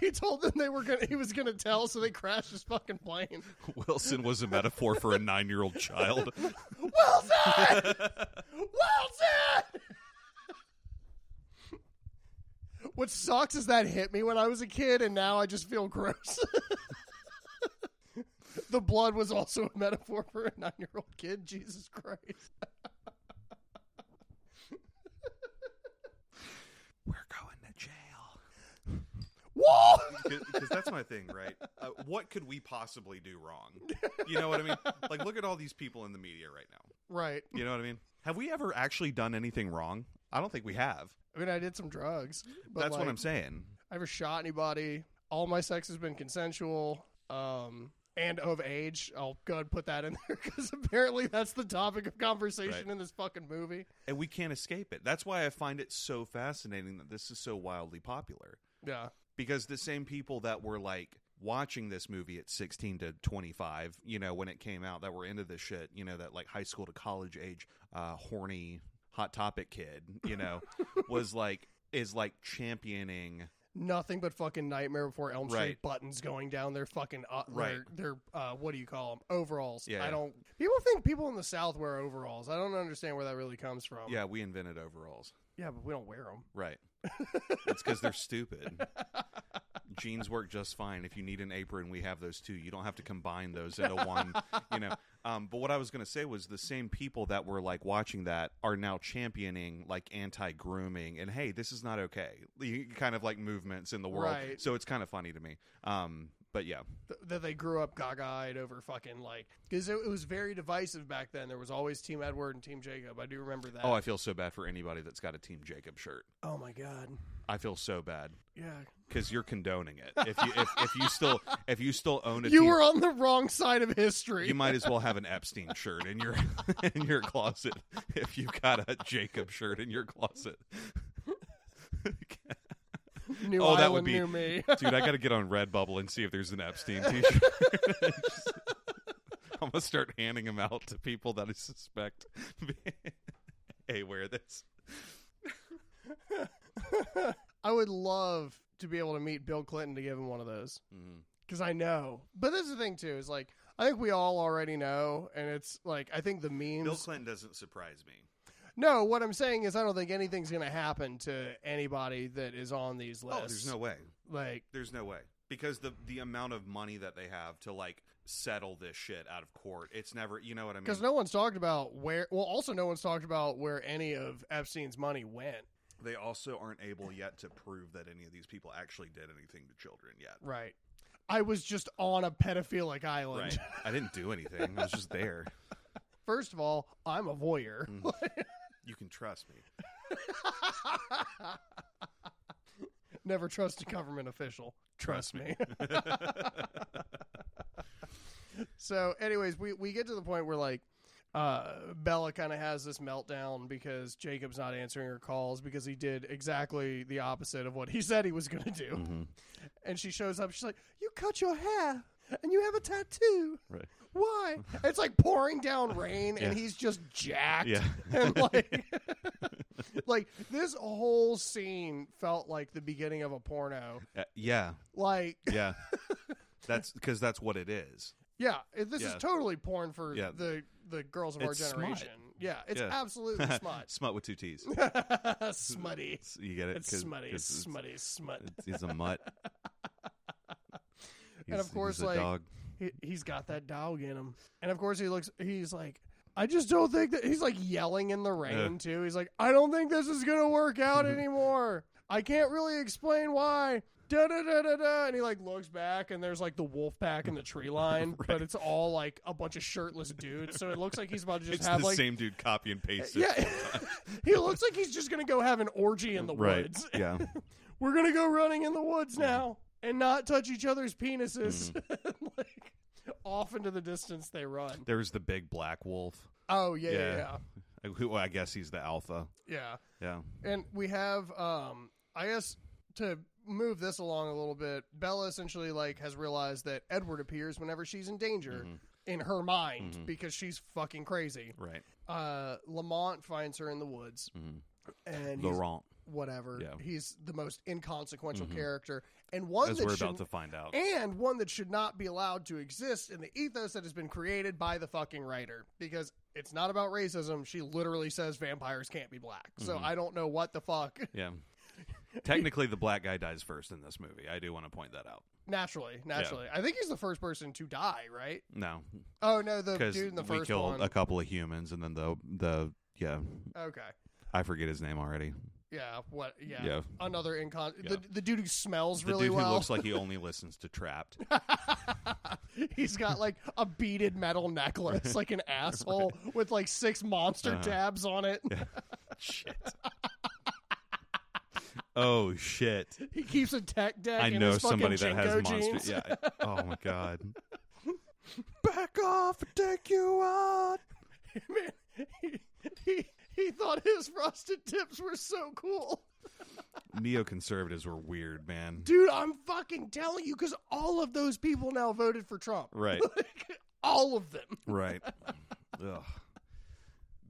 [SPEAKER 1] He told them they were gonna he was gonna tell, so they crashed his fucking plane.
[SPEAKER 2] Wilson was a metaphor for a nine year old child.
[SPEAKER 1] Wilson! Wilson! what sucks is that hit me when I was a kid, and now I just feel gross. the blood was also a metaphor for a nine year old kid. Jesus Christ.
[SPEAKER 2] We're going to jail.
[SPEAKER 1] Whoa!
[SPEAKER 2] because that's my thing, right? Uh, what could we possibly do wrong? You know what I mean? Like, look at all these people in the media right now.
[SPEAKER 1] Right.
[SPEAKER 2] You know what I mean? Have we ever actually done anything wrong? I don't think we have.
[SPEAKER 1] I mean, I did some drugs. But
[SPEAKER 2] That's what
[SPEAKER 1] like,
[SPEAKER 2] I'm saying.
[SPEAKER 1] I ever shot anybody. All my sex has been consensual. Um. And of age, I'll go and put that in there because apparently that's the topic of conversation
[SPEAKER 2] Right.
[SPEAKER 1] in this fucking movie.
[SPEAKER 2] And we can't escape it. That's why I find it so fascinating that this is so wildly popular.
[SPEAKER 1] Yeah,
[SPEAKER 2] Because the same people that were like watching this movie at 16 to 25, you know, when it came out, that were into this shit, you know, that like high school to college age, uh, horny, hot topic kid, you know, was like, is like championing
[SPEAKER 1] nothing but fucking Nightmare Before Elm Street
[SPEAKER 2] Right.
[SPEAKER 1] buttons going down their fucking uh,
[SPEAKER 2] Right.
[SPEAKER 1] Their, their uh, what do you call them? Overalls.
[SPEAKER 2] Yeah.
[SPEAKER 1] I don't. People think people in the South wear overalls. I don't understand where that really comes from.
[SPEAKER 2] Yeah, we invented overalls.
[SPEAKER 1] yeah, but we don't wear them.
[SPEAKER 2] Right. it's because they're stupid. Jeans work just fine. If you need an apron, we have those too. You don't have to combine those into one. You know. Um, but what I was going to say was the same people that were like watching that are now championing like anti grooming and hey, this is not okay. You- Kind of like movements in the world.
[SPEAKER 1] Right.
[SPEAKER 2] So it's kind of funny to me. Um, but yeah,
[SPEAKER 1] th- that they grew up gaga-eyed over fucking like because it, it was very divisive back then. There was always Team Edward and Team Jacob. I do remember that.
[SPEAKER 2] oh, I feel so bad for anybody that's got a Team Jacob shirt.
[SPEAKER 1] Oh my god,
[SPEAKER 2] I feel so bad
[SPEAKER 1] yeah,
[SPEAKER 2] because you're condoning it. If you if, if you still if you still own a
[SPEAKER 1] you
[SPEAKER 2] Team
[SPEAKER 1] were on the wrong side of history.
[SPEAKER 2] You might as well have an Epstein shirt in your in your closet if you've got a Jacob shirt in your closet.
[SPEAKER 1] new
[SPEAKER 2] oh,
[SPEAKER 1] Island,
[SPEAKER 2] that would be-
[SPEAKER 1] new me.
[SPEAKER 2] Dude, I got to get on Redbubble and see if there's an Epstein t-shirt. I'm gonna start handing them out to people that I suspect. hey, wear this.
[SPEAKER 1] I would love to be able to meet Bill Clinton to give him one of those
[SPEAKER 2] Mhm.
[SPEAKER 1] because I know. But this is the thing too is like I think we all already know, and it's like I think the memes.
[SPEAKER 2] Bill Clinton doesn't surprise me.
[SPEAKER 1] no, what I'm saying is I don't think anything's going to happen to anybody that is on these lists.
[SPEAKER 2] Oh, there's no way.
[SPEAKER 1] like.
[SPEAKER 2] There's no way because the the amount of money that they have to like settle this shit out of court. It's never. You know what I mean?
[SPEAKER 1] Because no one's talked about where. Well, also no one's talked about where any of Epstein's money went.
[SPEAKER 2] They also aren't able yet to prove that any of these people actually did anything to children yet.
[SPEAKER 1] Right. I was just on a pedophilic island.
[SPEAKER 2] Right. I didn't do anything. I was just there.
[SPEAKER 1] First of all, I'm a voyeur.
[SPEAKER 2] You can trust me.
[SPEAKER 1] Mm. Never trust a government official. Trust me. so, anyways, we we get to the point where like. Uh, Bella kind of has this meltdown because Jacob's not answering her calls because he did exactly the opposite of what he said he was going to do. And she shows up. She's like, "You cut your hair, and you have a tattoo.
[SPEAKER 2] Right.
[SPEAKER 1] Why?" it's like pouring down rain, and
[SPEAKER 2] Yeah.
[SPEAKER 1] he's just jacked.
[SPEAKER 2] Yeah.
[SPEAKER 1] and like, like this whole scene felt like the beginning of a porno.
[SPEAKER 2] Uh, yeah.
[SPEAKER 1] Like,
[SPEAKER 2] Yeah. That's because that's what it is.
[SPEAKER 1] yeah, it- this is
[SPEAKER 2] Yeah.
[SPEAKER 1] totally porn for
[SPEAKER 2] Yeah.
[SPEAKER 1] the the girls of
[SPEAKER 2] It's
[SPEAKER 1] our
[SPEAKER 2] smut.
[SPEAKER 1] generation. Yeah, it's
[SPEAKER 2] Yeah.
[SPEAKER 1] absolutely smut.
[SPEAKER 2] smut with two T's.
[SPEAKER 1] smutty.
[SPEAKER 2] S- You get it?
[SPEAKER 1] It's
[SPEAKER 2] 'Cause-
[SPEAKER 1] smutty.
[SPEAKER 2] 'cause
[SPEAKER 1] It's smutty. Smut.
[SPEAKER 2] it's- He's a mutt. He's-
[SPEAKER 1] of course,
[SPEAKER 2] he's a
[SPEAKER 1] like-
[SPEAKER 2] dog.
[SPEAKER 1] he, he's got that dog in him. And of course, he looks, he's like, I just don't think that he's like yelling in the rain, too. He's like, I don't think this is going to work out anymore. I can't really explain why. Da, da, da, da, da. And he like looks back, and there's like the wolf pack and the tree line, but it's all like a bunch of shirtless dudes. So it looks like he's about to just
[SPEAKER 2] It's the
[SPEAKER 1] have like.
[SPEAKER 2] same dude copy and paste. it.
[SPEAKER 1] yeah, he looks like he's just gonna go have an orgy in the
[SPEAKER 2] Right.
[SPEAKER 1] woods.
[SPEAKER 2] Yeah.
[SPEAKER 1] We're gonna go running in the woods now and not touch each other's penises. like off into the distance they run.
[SPEAKER 2] There's the big black wolf.
[SPEAKER 1] Oh yeah, yeah, yeah.
[SPEAKER 2] Yeah. Who I guess he's the alpha.
[SPEAKER 1] yeah.
[SPEAKER 2] Yeah.
[SPEAKER 1] And we have um I guess to move this along a little bit, Bella essentially like has realized that Edward appears whenever she's in danger
[SPEAKER 2] Mm-hmm.
[SPEAKER 1] in her mind because she's fucking crazy.
[SPEAKER 2] Right. Mm-hmm.
[SPEAKER 1] Uh Lamont finds her in the woods. And he's-
[SPEAKER 2] Laurent.
[SPEAKER 1] whatever.
[SPEAKER 2] Yeah. Mm-hmm.
[SPEAKER 1] He's the most inconsequential character and one
[SPEAKER 2] As
[SPEAKER 1] that
[SPEAKER 2] we're
[SPEAKER 1] should,
[SPEAKER 2] about to find out.
[SPEAKER 1] and one that should not be allowed to exist in the ethos that has been created by the fucking writer because it's not about racism. She literally says vampires can't be black. So
[SPEAKER 2] Mhm.
[SPEAKER 1] I don't know what the fuck.
[SPEAKER 2] Yeah. Technically, the black guy dies first in this movie. I do want to point that out.
[SPEAKER 1] Naturally, naturally. I think he's the first person to die, right?
[SPEAKER 2] No,
[SPEAKER 1] Oh no, the
[SPEAKER 2] because
[SPEAKER 1] dude in the
[SPEAKER 2] we
[SPEAKER 1] first
[SPEAKER 2] killed
[SPEAKER 1] one.
[SPEAKER 2] a couple of humans, and then the the yeah,
[SPEAKER 1] Okay.
[SPEAKER 2] I forget his name already.
[SPEAKER 1] Yeah, what yeah.
[SPEAKER 2] Yeah.
[SPEAKER 1] Another incon
[SPEAKER 2] Yeah.
[SPEAKER 1] the, the dude who smells
[SPEAKER 2] The
[SPEAKER 1] really
[SPEAKER 2] dude
[SPEAKER 1] well.
[SPEAKER 2] who looks like he only listens to Trapped.
[SPEAKER 1] He's got like a beaded metal necklace,
[SPEAKER 2] Uh-huh.
[SPEAKER 1] like an asshole with like six monster tabs on it.
[SPEAKER 2] Shit. oh shit!
[SPEAKER 1] He keeps a tech deck.
[SPEAKER 2] I
[SPEAKER 1] in
[SPEAKER 2] know
[SPEAKER 1] his fucking
[SPEAKER 2] somebody that has
[SPEAKER 1] Jinko jeans.
[SPEAKER 2] monster. Yeah. Oh my god.
[SPEAKER 1] Back off, take you out. Man, he, he, he thought his frosted tips were so cool.
[SPEAKER 2] Neoconservatives were weird, man.
[SPEAKER 1] Dude, I'm fucking telling you because all of those people now voted for Trump.
[SPEAKER 2] Right.
[SPEAKER 1] All of them.
[SPEAKER 2] Right. Ugh.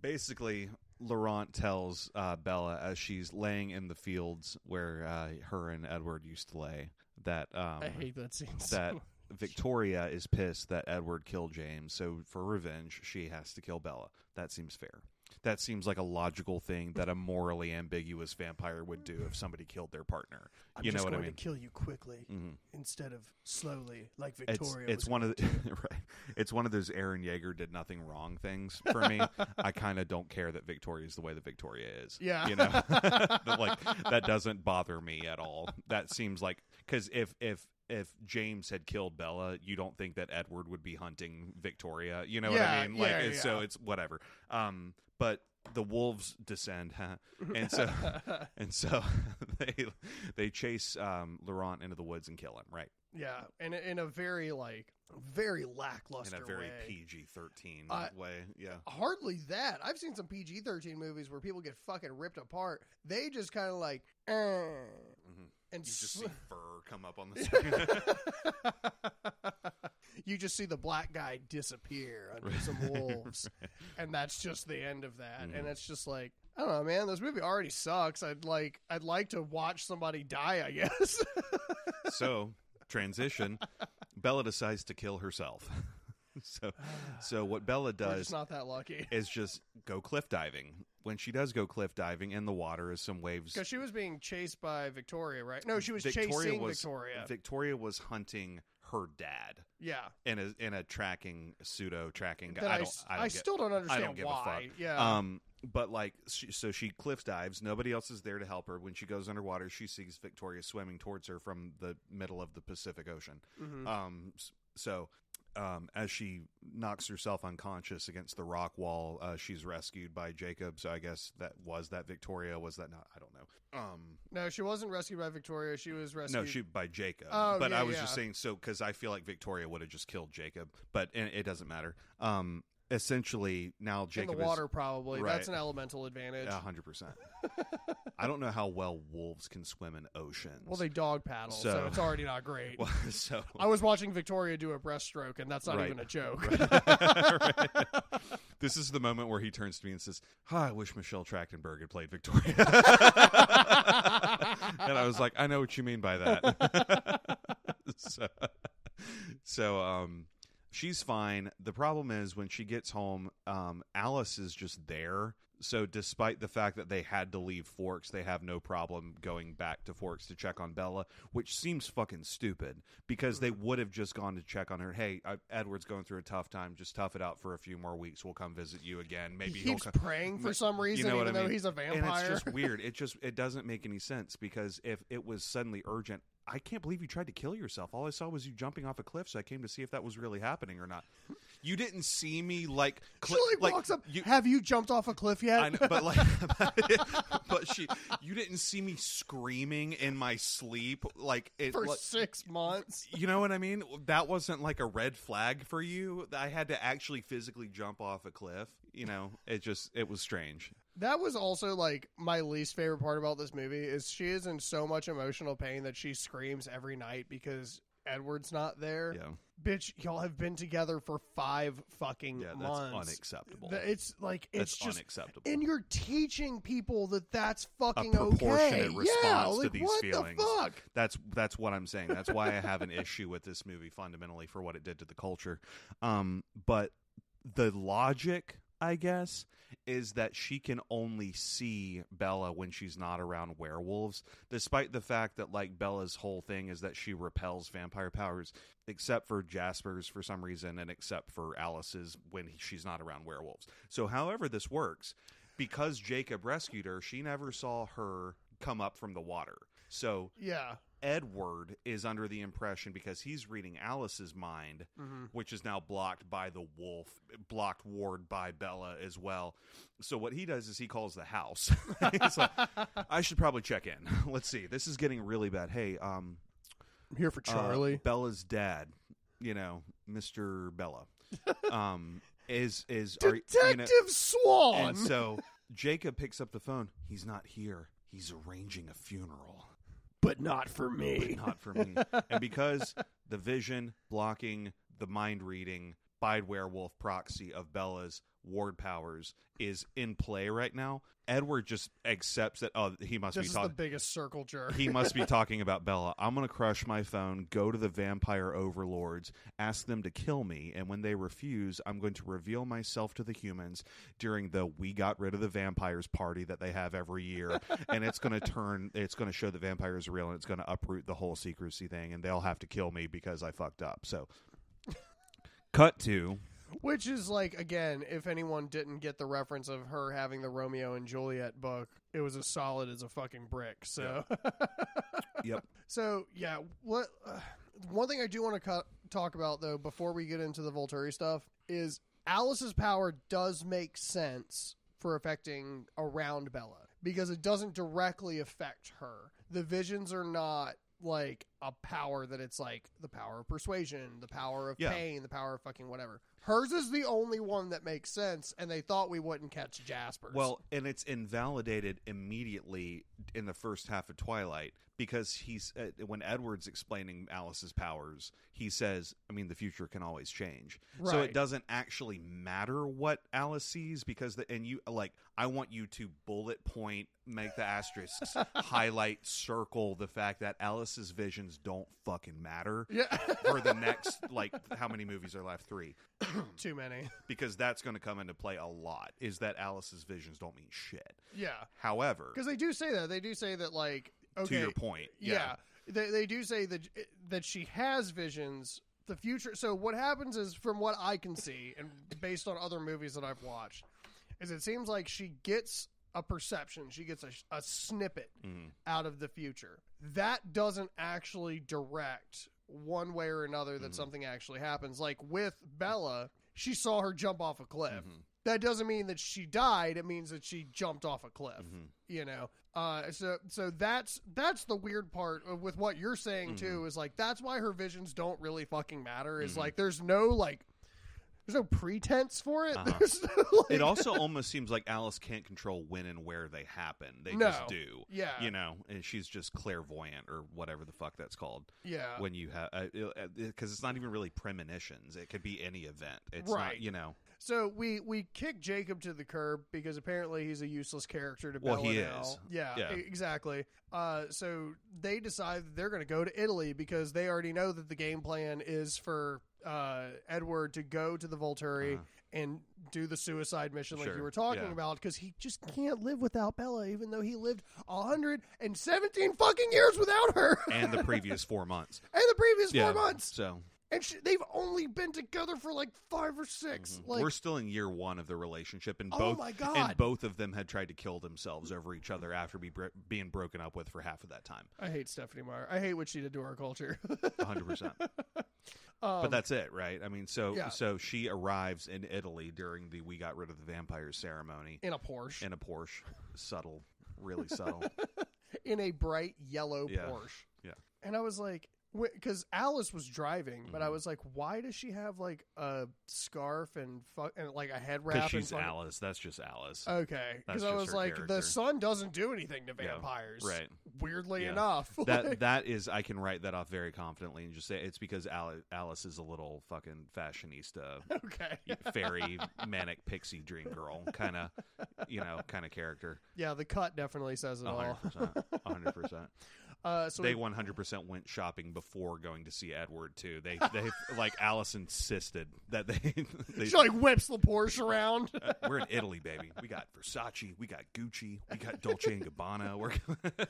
[SPEAKER 2] Basically, Laurent tells uh, Bella as she's laying in the fields where uh, her and Edward used to lay that um,
[SPEAKER 1] I hate that scene. so
[SPEAKER 2] that
[SPEAKER 1] much.
[SPEAKER 2] Victoria is pissed that Edward killed James, so for revenge, she has to kill Bella. That seems fair. That seems like a logical thing that a morally ambiguous vampire would do if somebody killed their partner.
[SPEAKER 1] I'm
[SPEAKER 2] you know
[SPEAKER 1] just
[SPEAKER 2] what I
[SPEAKER 1] going
[SPEAKER 2] mean?
[SPEAKER 1] to kill you quickly
[SPEAKER 2] Mhm.
[SPEAKER 1] instead of slowly, like
[SPEAKER 2] It's
[SPEAKER 1] Victoria.
[SPEAKER 2] it's
[SPEAKER 1] was
[SPEAKER 2] one of the, right. It's one of those Aaron Yeager did nothing wrong things for me. I kind of don't care that Victoria is the way that Victoria is.
[SPEAKER 1] Yeah.
[SPEAKER 2] you know, That, like that doesn't bother me at all. That seems like because if if if James had killed Bella, you don't think that Edward would be hunting Victoria. You know what
[SPEAKER 1] Yeah,
[SPEAKER 2] I mean? Like
[SPEAKER 1] yeah,
[SPEAKER 2] it's- so,
[SPEAKER 1] yeah.
[SPEAKER 2] it's whatever. Um, but the wolves descend, huh? and so and so they they chase um Laurent into the woods and kill him. Right.
[SPEAKER 1] Yeah, and in a very like very lackluster
[SPEAKER 2] in a very
[SPEAKER 1] way. Uh,
[SPEAKER 2] PG thirteen
[SPEAKER 1] I-
[SPEAKER 2] way. Yeah,
[SPEAKER 1] Hardly that. I've seen some PG thirteen movies where people get fucking ripped apart. They just kind of like eh,
[SPEAKER 2] Mhm.
[SPEAKER 1] and
[SPEAKER 2] you just see
[SPEAKER 1] sw-
[SPEAKER 2] fur come up on the screen.
[SPEAKER 1] you just see the black guy disappear under some wolves, and that's just the end of that.
[SPEAKER 2] Mm-hmm.
[SPEAKER 1] And it's just like I don't know, man. This movie already sucks. I'd like I'd like to watch somebody die. I guess.
[SPEAKER 2] so transition. Bella decides to kill herself. so, so what Bella
[SPEAKER 1] We're
[SPEAKER 2] does
[SPEAKER 1] just not that lucky.
[SPEAKER 2] is just go cliff diving. When she does go cliff diving in the water, is some waves.
[SPEAKER 1] Because she was being chased by Victoria, right? No, she was chasing Victoria.
[SPEAKER 2] Victoria was hunting her dad
[SPEAKER 1] yeah.
[SPEAKER 2] in a in a tracking pseudo tracking.
[SPEAKER 1] that
[SPEAKER 2] I
[SPEAKER 1] I,
[SPEAKER 2] don't.
[SPEAKER 1] s-
[SPEAKER 2] I, don't
[SPEAKER 1] I
[SPEAKER 2] get-
[SPEAKER 1] still don't understand
[SPEAKER 2] I don't give
[SPEAKER 1] why.
[SPEAKER 2] a fuck.
[SPEAKER 1] Yeah,
[SPEAKER 2] Um, but like, she, so she cliff dives. Nobody else is there to help her. When she goes underwater, she sees Victoria swimming towards her from the middle of the Pacific Ocean.
[SPEAKER 1] Mhm.
[SPEAKER 2] Um, s- so. Um, as she knocks herself unconscious against the rock wall, uh, she's rescued by Jacob. So I guess that was that Victoria. Was that not? I don't know. Um,
[SPEAKER 1] no, she wasn't rescued by Victoria. She was rescued.
[SPEAKER 2] no, she by Jacob.
[SPEAKER 1] Oh,
[SPEAKER 2] but
[SPEAKER 1] yeah,
[SPEAKER 2] I was
[SPEAKER 1] yeah.
[SPEAKER 2] just saying so because I feel like Victoria would have just killed Jacob, but and it doesn't matter. Um, essentially now
[SPEAKER 1] in the
[SPEAKER 2] Jacob is
[SPEAKER 1] water. Probably
[SPEAKER 2] Right.
[SPEAKER 1] that's an elemental advantage.
[SPEAKER 2] A hundred percent. I don't know how well wolves can swim in oceans.
[SPEAKER 1] Well, they dog paddle, so,
[SPEAKER 2] So-
[SPEAKER 1] it's already not great.
[SPEAKER 2] Well, so
[SPEAKER 1] I was watching Victoria do a breaststroke, and that's not
[SPEAKER 2] Right.
[SPEAKER 1] even a joke.
[SPEAKER 2] this is the moment where he turns to me and says, oh, "I wish Michelle Trachtenberg had played Victoria." and I was like, "I know what you mean by that." so, so, um, she's fine. The problem is when she gets home, um, Alice is just there. So, despite the fact that they had to leave Forks, they have no problem going back to Forks to check on Bella, which seems fucking stupid because they would have just gone to check on her. Hey, I, Edward's going through a tough time. Just tough it out for a few more weeks. We'll come visit you again. Maybe
[SPEAKER 1] he
[SPEAKER 2] he'll
[SPEAKER 1] keeps
[SPEAKER 2] come.
[SPEAKER 1] praying for some reason,
[SPEAKER 2] know what
[SPEAKER 1] even
[SPEAKER 2] I
[SPEAKER 1] though
[SPEAKER 2] mean.
[SPEAKER 1] he's a vampire.
[SPEAKER 2] And it's just weird. It just it doesn't make any sense because if it was suddenly urgent, I can't believe you tried to kill yourself. All I saw was you jumping off a cliff, so I came to see if that was really happening or not. You didn't see me like
[SPEAKER 1] she
[SPEAKER 2] cli-
[SPEAKER 1] like, walks up.
[SPEAKER 2] you-
[SPEAKER 1] Have you jumped off a cliff yet?
[SPEAKER 2] I know, but like, but she, you didn't see me screaming in my sleep, like it,
[SPEAKER 1] for
[SPEAKER 2] like-
[SPEAKER 1] six months.
[SPEAKER 2] you know what I mean? That wasn't like a red flag for you. I had to actually physically jump off a cliff. You know, it just, it was strange.
[SPEAKER 1] That was also like my least favorite part about this movie is she is in so much emotional pain that she screams every night because Edward's not there.
[SPEAKER 2] Yeah,
[SPEAKER 1] Bitch, y'all have been together for five fucking
[SPEAKER 2] yeah, that's
[SPEAKER 1] months.
[SPEAKER 2] unacceptable.
[SPEAKER 1] Th- It's like it's
[SPEAKER 2] that's
[SPEAKER 1] just
[SPEAKER 2] unacceptable.
[SPEAKER 1] and you're teaching people that that's fucking okay.
[SPEAKER 2] proportionate
[SPEAKER 1] yeah,
[SPEAKER 2] response to
[SPEAKER 1] like,
[SPEAKER 2] these
[SPEAKER 1] what
[SPEAKER 2] feelings.
[SPEAKER 1] the fuck?
[SPEAKER 2] that's that's what I'm saying. That's why I have an issue with this movie fundamentally for what it did to the culture. Um, but the logic, I guess, is that she can only see Bella when she's not around werewolves, despite the fact that like Bella's whole thing is that she repels vampire powers, except for Jasper's for some reason, and except for Alice's when he- she's not around werewolves. So, however, this works. Because Jacob rescued her, she never saw her come up from the water. So
[SPEAKER 1] Yeah.
[SPEAKER 2] Edward is under the impression because he's reading Alice's mind,
[SPEAKER 1] Mm-hmm.
[SPEAKER 2] which is now blocked by the wolf, blocked Ward by Bella as well. So what he does is he calls the house. He's like, I should probably check in. Let's see. This is getting really bad. Hey, um,
[SPEAKER 1] I'm here for
[SPEAKER 2] uh,
[SPEAKER 1] Charlie.
[SPEAKER 2] Bella's dad, you know, Mister Bella, um, is is are, you know,
[SPEAKER 1] Detective Swan.
[SPEAKER 2] and so Jacob picks up the phone. He's not here. He's arranging a funeral.
[SPEAKER 1] but not for me.
[SPEAKER 2] Not for me. and because the vision blocking the mind reading by werewolf proxy of Bella's ward powers is in play right now, Edward just accepts that oh he must
[SPEAKER 1] This
[SPEAKER 2] be
[SPEAKER 1] is
[SPEAKER 2] talking
[SPEAKER 1] the biggest circle jerk.
[SPEAKER 2] he must be talking about Bella. I'm going to crush my phone, go to the vampire overlords, ask them to kill me, and when they refuse, I'm going to reveal myself to the humans during the we got rid of the vampires party that they have every year, and it's going to turn it's going to show the vampires are real and it's going to uproot the whole secrecy thing and they'll have to kill me because I fucked up. So cut to
[SPEAKER 1] Which is like again, if anyone didn't get the reference of her having the Romeo and Juliet book, it was as solid as a fucking brick. So,
[SPEAKER 2] Yep.
[SPEAKER 1] So yeah, what uh, one thing I do want to cut, talk about though before we get into the Volturi stuff is Alice's power does make sense for affecting around Bella because it doesn't directly affect her. The visions are not like a power that it's like the power of persuasion, the power of
[SPEAKER 2] Yeah.
[SPEAKER 1] pain, the power of fucking whatever. Hers is the only one that makes sense, and they thought we wouldn't catch Jasper's.
[SPEAKER 2] Well, and it's invalidated immediately in the first half of Twilight because he's uh, when Edward's explaining Alice's powers, he says, "I mean, the future can always change." So
[SPEAKER 1] Right.
[SPEAKER 2] it doesn't actually matter what Alice sees because the and you like I want you to bullet point, make the asterisks, highlight, circle the fact that Alice's visions don't fucking matter
[SPEAKER 1] yeah,
[SPEAKER 2] for the next like how many movies are left? 3
[SPEAKER 1] too many.
[SPEAKER 2] because that's going to come into play a lot is that Alice's visions don't mean shit.
[SPEAKER 1] Yeah.
[SPEAKER 2] However,
[SPEAKER 1] because they do say that they do say that like okay
[SPEAKER 2] to your point,
[SPEAKER 1] yeah, They, they do say that that she has visions the future so what happens is from what i can see and based on other movies that i've watched is it seems like she gets a perception she gets a, a snippet
[SPEAKER 2] Mhm.
[SPEAKER 1] out of the future that doesn't actually direct one way or another that
[SPEAKER 2] Mhm.
[SPEAKER 1] something actually happens like with bella she saw her jump off a cliff
[SPEAKER 2] Mhm.
[SPEAKER 1] that doesn't mean that she died it means that she jumped off a cliff
[SPEAKER 2] Mhm.
[SPEAKER 1] you know uh so so that's that's the weird part of- with what you're saying
[SPEAKER 2] Mm-hmm.
[SPEAKER 1] too is like that's why her visions don't really fucking matter is
[SPEAKER 2] Mhm.
[SPEAKER 1] like there's no like there's no pretense for it
[SPEAKER 2] Uh-huh.
[SPEAKER 1] There's no, like-
[SPEAKER 2] It also almost seems like Alice can't control when and where they happen. They
[SPEAKER 1] No.
[SPEAKER 2] just do.
[SPEAKER 1] yeah
[SPEAKER 2] You know, and she's just clairvoyant or whatever the fuck that's called
[SPEAKER 1] yeah
[SPEAKER 2] when you have because uh, it's not even really premonitions. It could be any event. It's
[SPEAKER 1] Right.
[SPEAKER 2] not you know.
[SPEAKER 1] so we we kick jacob to the curb because apparently he's a useless character to
[SPEAKER 2] Well,
[SPEAKER 1] Bella
[SPEAKER 2] he
[SPEAKER 1] now.
[SPEAKER 2] is.
[SPEAKER 1] yeah,
[SPEAKER 2] Yeah.
[SPEAKER 1] e- exactly uh so they decide that they're going to go to italy because they already know that the game plan is for uh edward to go to the volturi
[SPEAKER 2] Uh-huh.
[SPEAKER 1] and do the suicide mission like you
[SPEAKER 2] Sure,
[SPEAKER 1] were talking
[SPEAKER 2] yeah.
[SPEAKER 1] about because he just can't live without Bella, even though he lived 117 fucking years without her
[SPEAKER 2] And the previous four months.
[SPEAKER 1] and the previous
[SPEAKER 2] yeah.
[SPEAKER 1] four months.
[SPEAKER 2] So
[SPEAKER 1] And she, they've only been together for like five or 6
[SPEAKER 2] mhm.
[SPEAKER 1] Like,
[SPEAKER 2] we're still in year one of the relationship, and
[SPEAKER 1] Oh
[SPEAKER 2] both
[SPEAKER 1] my God.
[SPEAKER 2] and both of them had tried to kill themselves over each other after be bro- being broken up with for half of that time.
[SPEAKER 1] I hate Stephanie Meyer. I hate what she did to our culture. um,
[SPEAKER 2] hundred percent. But that's it, right? I mean, so
[SPEAKER 1] yeah.
[SPEAKER 2] so she arrives in Italy during the "We Got Rid of the Vampires" ceremony
[SPEAKER 1] in a Porsche,
[SPEAKER 2] in a Porsche, subtle, really subtle.
[SPEAKER 1] in a bright yellow
[SPEAKER 2] Yeah.
[SPEAKER 1] Porsche.
[SPEAKER 2] Yeah.
[SPEAKER 1] And I was like, because Alice was driving, but I
[SPEAKER 2] Mhm.
[SPEAKER 1] was like, why does she have like a scarf and fu- and like a head wrap?
[SPEAKER 2] Because
[SPEAKER 1] and Uh,
[SPEAKER 2] she's
[SPEAKER 1] fucking-
[SPEAKER 2] Alice. That's just Alice,
[SPEAKER 1] Okay, because
[SPEAKER 2] That's
[SPEAKER 1] I
[SPEAKER 2] just
[SPEAKER 1] was
[SPEAKER 2] her
[SPEAKER 1] like, the
[SPEAKER 2] character.
[SPEAKER 1] sun doesn't do anything to
[SPEAKER 2] Yeah,
[SPEAKER 1] vampires,
[SPEAKER 2] right?
[SPEAKER 1] Weirdly
[SPEAKER 2] Yeah.
[SPEAKER 1] enough,
[SPEAKER 2] That that is. I can write that off very confidently and just say it's because Ali- Alice is a little fucking fashionista,
[SPEAKER 1] okay,
[SPEAKER 2] fairy, manic pixie dream girl kind of, you know, kind of character.
[SPEAKER 1] yeah, the cut definitely says it all.
[SPEAKER 2] hundred percent, hundred percent.
[SPEAKER 1] Uh, so
[SPEAKER 2] they
[SPEAKER 1] we-
[SPEAKER 2] 100% went shopping before going to see Edward too. They they like Alice insisted that they, they
[SPEAKER 1] she like whips the Porsche around.
[SPEAKER 2] we're in Italy, baby. We got Versace, we got Gucci, we got Dolce and Gabbana. We're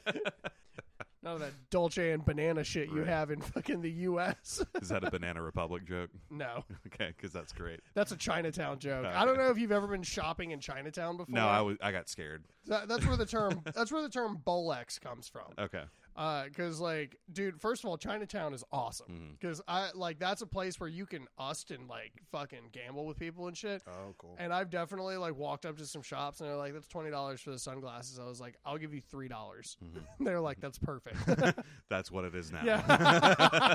[SPEAKER 1] None of that Dolce and banana shit you
[SPEAKER 2] Right.
[SPEAKER 1] have in fucking the U.S.
[SPEAKER 2] is that a Banana Republic joke?
[SPEAKER 1] no,
[SPEAKER 2] Okay, because that's great.
[SPEAKER 1] that's a Chinatown joke.
[SPEAKER 2] Okay.
[SPEAKER 1] I don't know if you've ever been shopping in Chinatown before.
[SPEAKER 2] No, I was I got scared.
[SPEAKER 3] Uh,
[SPEAKER 1] That- that's where the term that's where the term bolex comes from.
[SPEAKER 2] Okay,
[SPEAKER 1] because like, dude, first of all, Chinatown is awesome.
[SPEAKER 3] Mhm.
[SPEAKER 1] Because I like that's a place where you can ust and like fucking gamble with people and shit.
[SPEAKER 3] Oh, cool.
[SPEAKER 1] And I've definitely like walked up to some shops and they're like, "That's twenty dollars for the sunglasses." I was like, "I'll give you three dollars."
[SPEAKER 3] Mm-hmm.
[SPEAKER 1] They're like, "That's perfect."
[SPEAKER 2] That's what it is now.
[SPEAKER 1] yeah,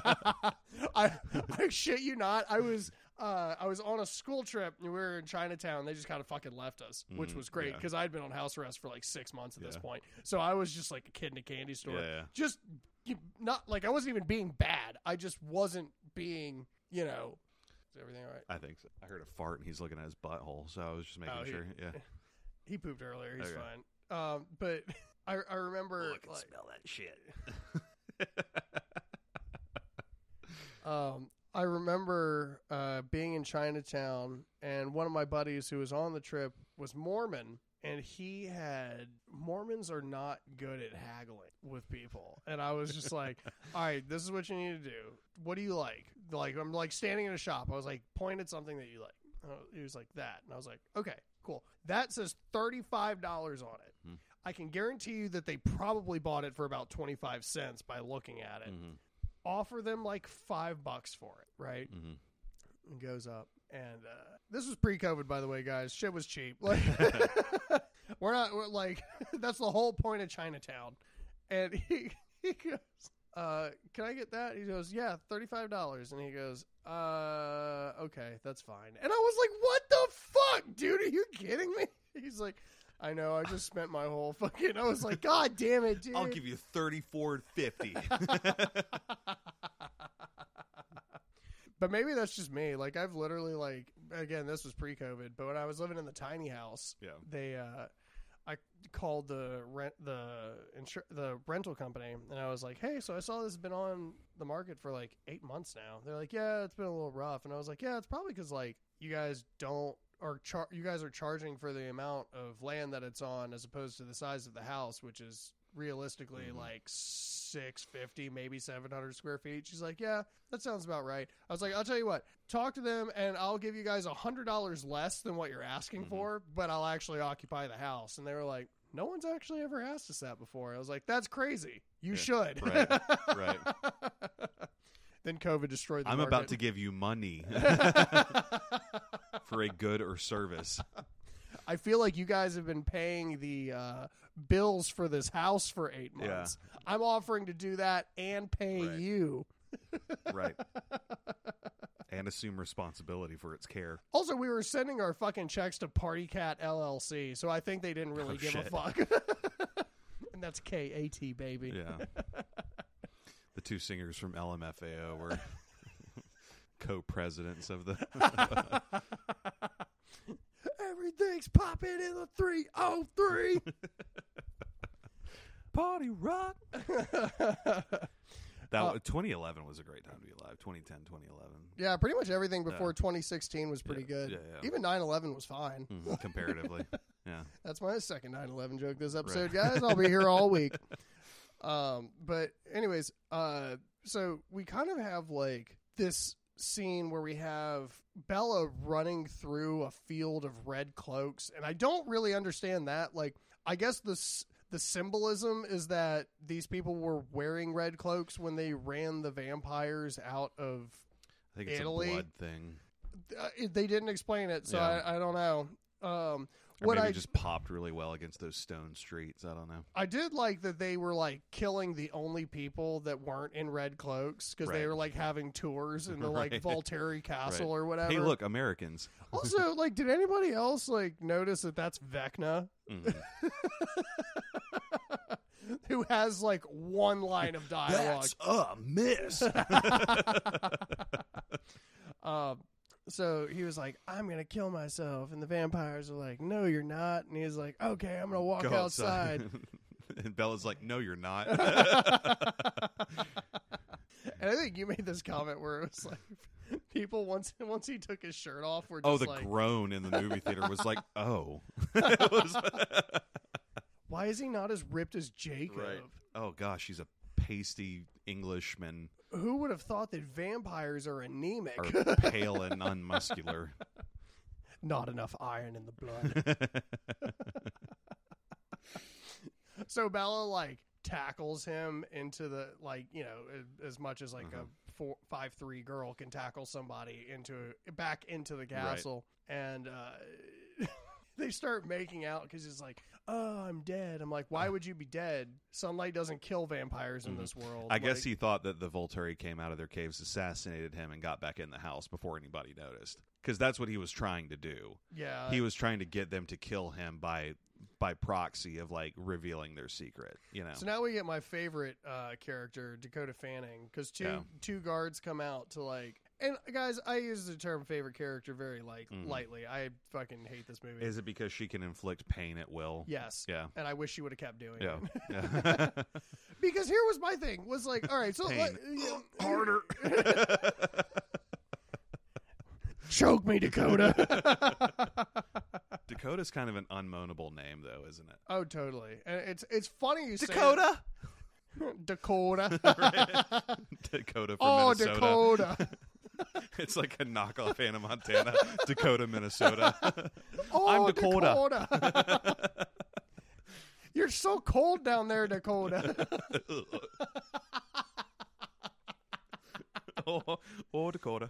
[SPEAKER 1] I, I shit you not. I was uh, I was on a school trip and we were in Chinatown. They just kind of fucking left us, which
[SPEAKER 2] Mhm,
[SPEAKER 1] was great
[SPEAKER 2] yeah.
[SPEAKER 1] because I'd been on house arrest for like six months at this
[SPEAKER 2] Yeah.
[SPEAKER 1] point. So I was just like a kid in a candy store,
[SPEAKER 2] Yeah.
[SPEAKER 1] just you, not like I wasn't even being bad. I just wasn't being, you know, is everything all right?
[SPEAKER 2] I think so. I heard a fart and he's looking at his butthole, so I was just making
[SPEAKER 1] Oh, he-
[SPEAKER 2] sure. Yeah.
[SPEAKER 1] He pooped earlier. He's
[SPEAKER 2] Okay.
[SPEAKER 1] fine. Um, but I, I remember like,
[SPEAKER 2] that shit.
[SPEAKER 1] um, I remember uh, being in Chinatown, and one of my buddies who was on the trip was Mormon, and he had Mormons are not good at haggling with people, and I was just like, "All right, this is what you need to do. What do you like?" Like I'm like standing in a shop. I was like, point at something that you like. And I- He was like that, and I was like, "Okay, cool. That says thirty five dollars on it."
[SPEAKER 2] Hmm.
[SPEAKER 1] I can guarantee you that they probably bought it for about 25 cents by looking at it
[SPEAKER 2] mm-hmm,
[SPEAKER 1] offer them like five bucks for it, right?
[SPEAKER 2] mm-hmm.
[SPEAKER 1] And goes up. And uh, this was pre-COVID, by the way, guys. Shit was cheap. Like we're not we're like that's the whole point of Chinatown. And he he goes, uh, "Can I get that?" He goes, "Yeah, thirty-five dollars." And he goes, "Uh, okay, that's fine." And I was like, "What the fuck, dude? Are you kidding me?" He's like, "I know. I just spent my whole fucking." I was like, "God damn it, dude!"
[SPEAKER 2] I'll give you thirty four fifty.
[SPEAKER 1] but maybe that's just me. Like I've literally like again, this was pre-COVID, but when I was living in the tiny house,
[SPEAKER 2] Yeah.
[SPEAKER 1] they uh I called the rent the insur- the rental company and I was like, "Hey, so I saw this has been on the market for like 8 months now." They're like, "Yeah, it's been a little rough." And I was like, "Yeah, it's probably cuz like you guys don't or char- you guys are charging for the amount of land that it's on as opposed to the size of the house, which is realistically
[SPEAKER 2] Mhm.
[SPEAKER 1] like 650 maybe 700 square feet she's like yeah that sounds about right i was like i'll tell you what talk to them and i'll give you guys a hundred dollars less than what you're asking
[SPEAKER 2] Mhm.
[SPEAKER 1] for but i'll actually occupy the house and they were like no one's actually ever asked us that before i was like that's crazy you
[SPEAKER 2] Yeah.
[SPEAKER 1] should
[SPEAKER 2] Right. Right.
[SPEAKER 1] then covid destroyed the
[SPEAKER 2] I'm about to
[SPEAKER 1] market.
[SPEAKER 2] give you money for a good or service.
[SPEAKER 1] i feel like you guys have been paying the uh, bills for this house for eight
[SPEAKER 2] Yeah.
[SPEAKER 1] months i'm offering to do that and pay
[SPEAKER 2] Right.
[SPEAKER 1] you
[SPEAKER 2] Right. And assume responsibility for its care.
[SPEAKER 1] Also, we were sending our fucking checks to Party Cat LLC, so I think they didn't really
[SPEAKER 2] Oh,
[SPEAKER 1] give a
[SPEAKER 2] shit.
[SPEAKER 1] fuck. and that's K A T baby.
[SPEAKER 2] Yeah. the two singers from LMFAO were co presidents of the
[SPEAKER 1] Everything's popping in the three oh three.
[SPEAKER 2] Party Rock.
[SPEAKER 1] Uh,
[SPEAKER 2] That wa- 2011 was a great time to be alive. 2010, 2011.
[SPEAKER 1] Yeah, pretty much everything before
[SPEAKER 2] Yeah.
[SPEAKER 1] 2016 was pretty
[SPEAKER 2] Yeah,
[SPEAKER 1] good.
[SPEAKER 2] yeah, yeah.
[SPEAKER 1] Even 9/11 was fine.
[SPEAKER 2] Mhm, comparatively. Yeah.
[SPEAKER 1] That's my second 9/11 joke this episode, guys. I'll be here all week. Um, but anyways, uh, so we kind of have like this scene where we have Bella running through a field of red cloaks, and I don't really understand that. Like, I guess the s- the symbolism is that these people were wearing red cloaks when they ran the vampires out of.
[SPEAKER 2] I think it's
[SPEAKER 1] Italy?
[SPEAKER 2] a blood thing.
[SPEAKER 1] Uh, it- they didn't explain it, so
[SPEAKER 2] Yeah.
[SPEAKER 1] I, I don't know. Um,
[SPEAKER 2] Or
[SPEAKER 1] what
[SPEAKER 2] maybe
[SPEAKER 1] I
[SPEAKER 2] it just popped really well against those stone streets. I don't know.
[SPEAKER 1] I did like that they were like killing the only people that weren't in red cloaks because they
[SPEAKER 2] Right.
[SPEAKER 1] were like having tours in the like
[SPEAKER 2] Right.
[SPEAKER 1] Volterry Castle
[SPEAKER 2] Right.
[SPEAKER 1] or whatever.
[SPEAKER 2] Hey, look, Americans.
[SPEAKER 1] also, like, did anybody else like notice that that's Vecna
[SPEAKER 2] Mhm.
[SPEAKER 1] who has like one line of dialogue?
[SPEAKER 2] a miss.
[SPEAKER 1] Um, so he was like, "I'm gonna kill myself," and the vampires are like, "No, you're not." And he's like, "Okay, I'm gonna walk
[SPEAKER 2] Go
[SPEAKER 1] outside."
[SPEAKER 2] and Bella's like, "No, you're not."
[SPEAKER 1] and I think you made this comment where it was like, people once once he took his shirt off were just
[SPEAKER 2] oh, the
[SPEAKER 1] like,
[SPEAKER 2] groan in the movie theater was like, "Oh." It was-
[SPEAKER 1] why is he not as ripped as Jacob?
[SPEAKER 2] Right. oh gosh, she's a pasty Englishman,
[SPEAKER 1] Who would have thought that vampires are anemic?
[SPEAKER 2] or pale and unmuscular.
[SPEAKER 1] Not enough iron in the blood. so Bella like tackles him into the like you know a- as much as like
[SPEAKER 2] Uh-huh.
[SPEAKER 1] a four five three girl can tackle somebody into back into the castle and uh they start making out because he's like oh i'm dead i'm like why would you be dead sunlight doesn't kill vampires in
[SPEAKER 2] Mhm.
[SPEAKER 1] this world
[SPEAKER 2] I guess
[SPEAKER 1] Like,
[SPEAKER 2] he thought that the Volturi came out of their caves, assassinated him, and got back in the house before anybody noticed. Because that's what he was trying to do.
[SPEAKER 1] yeah
[SPEAKER 2] he was trying to get them to kill him by by proxy of like revealing their secret. You know,
[SPEAKER 1] So now we get my favorite uh, character, Dakota Fanning, because two
[SPEAKER 2] Yeah.
[SPEAKER 1] two guards come out to like. And guys, I use the term favorite character very like
[SPEAKER 2] Mhm.
[SPEAKER 1] lightly. I fucking hate this movie.
[SPEAKER 2] is it because she can inflict pain at will?
[SPEAKER 1] yes.
[SPEAKER 2] yeah,
[SPEAKER 1] And I wish she would have kept doing
[SPEAKER 2] yeah.
[SPEAKER 1] it. Because here was my thing was like, all right, so
[SPEAKER 2] Pain.
[SPEAKER 1] like, yeah,
[SPEAKER 2] Harder.
[SPEAKER 1] choke me, Dakota.
[SPEAKER 2] Dakota's kind of an unmoanable name, though, isn't it?
[SPEAKER 1] oh, totally. And it's it's funny you say it. Dakota.
[SPEAKER 2] Dakota from
[SPEAKER 1] oh,
[SPEAKER 2] Minnesota.
[SPEAKER 1] Dakota.
[SPEAKER 2] It's like a knockoff Hannah Montana. Dakota, Minnesota.
[SPEAKER 1] Oh,
[SPEAKER 2] I'm Dakota.
[SPEAKER 1] Dakota. You're so cold down there, Dakota.
[SPEAKER 2] or, or Dakota.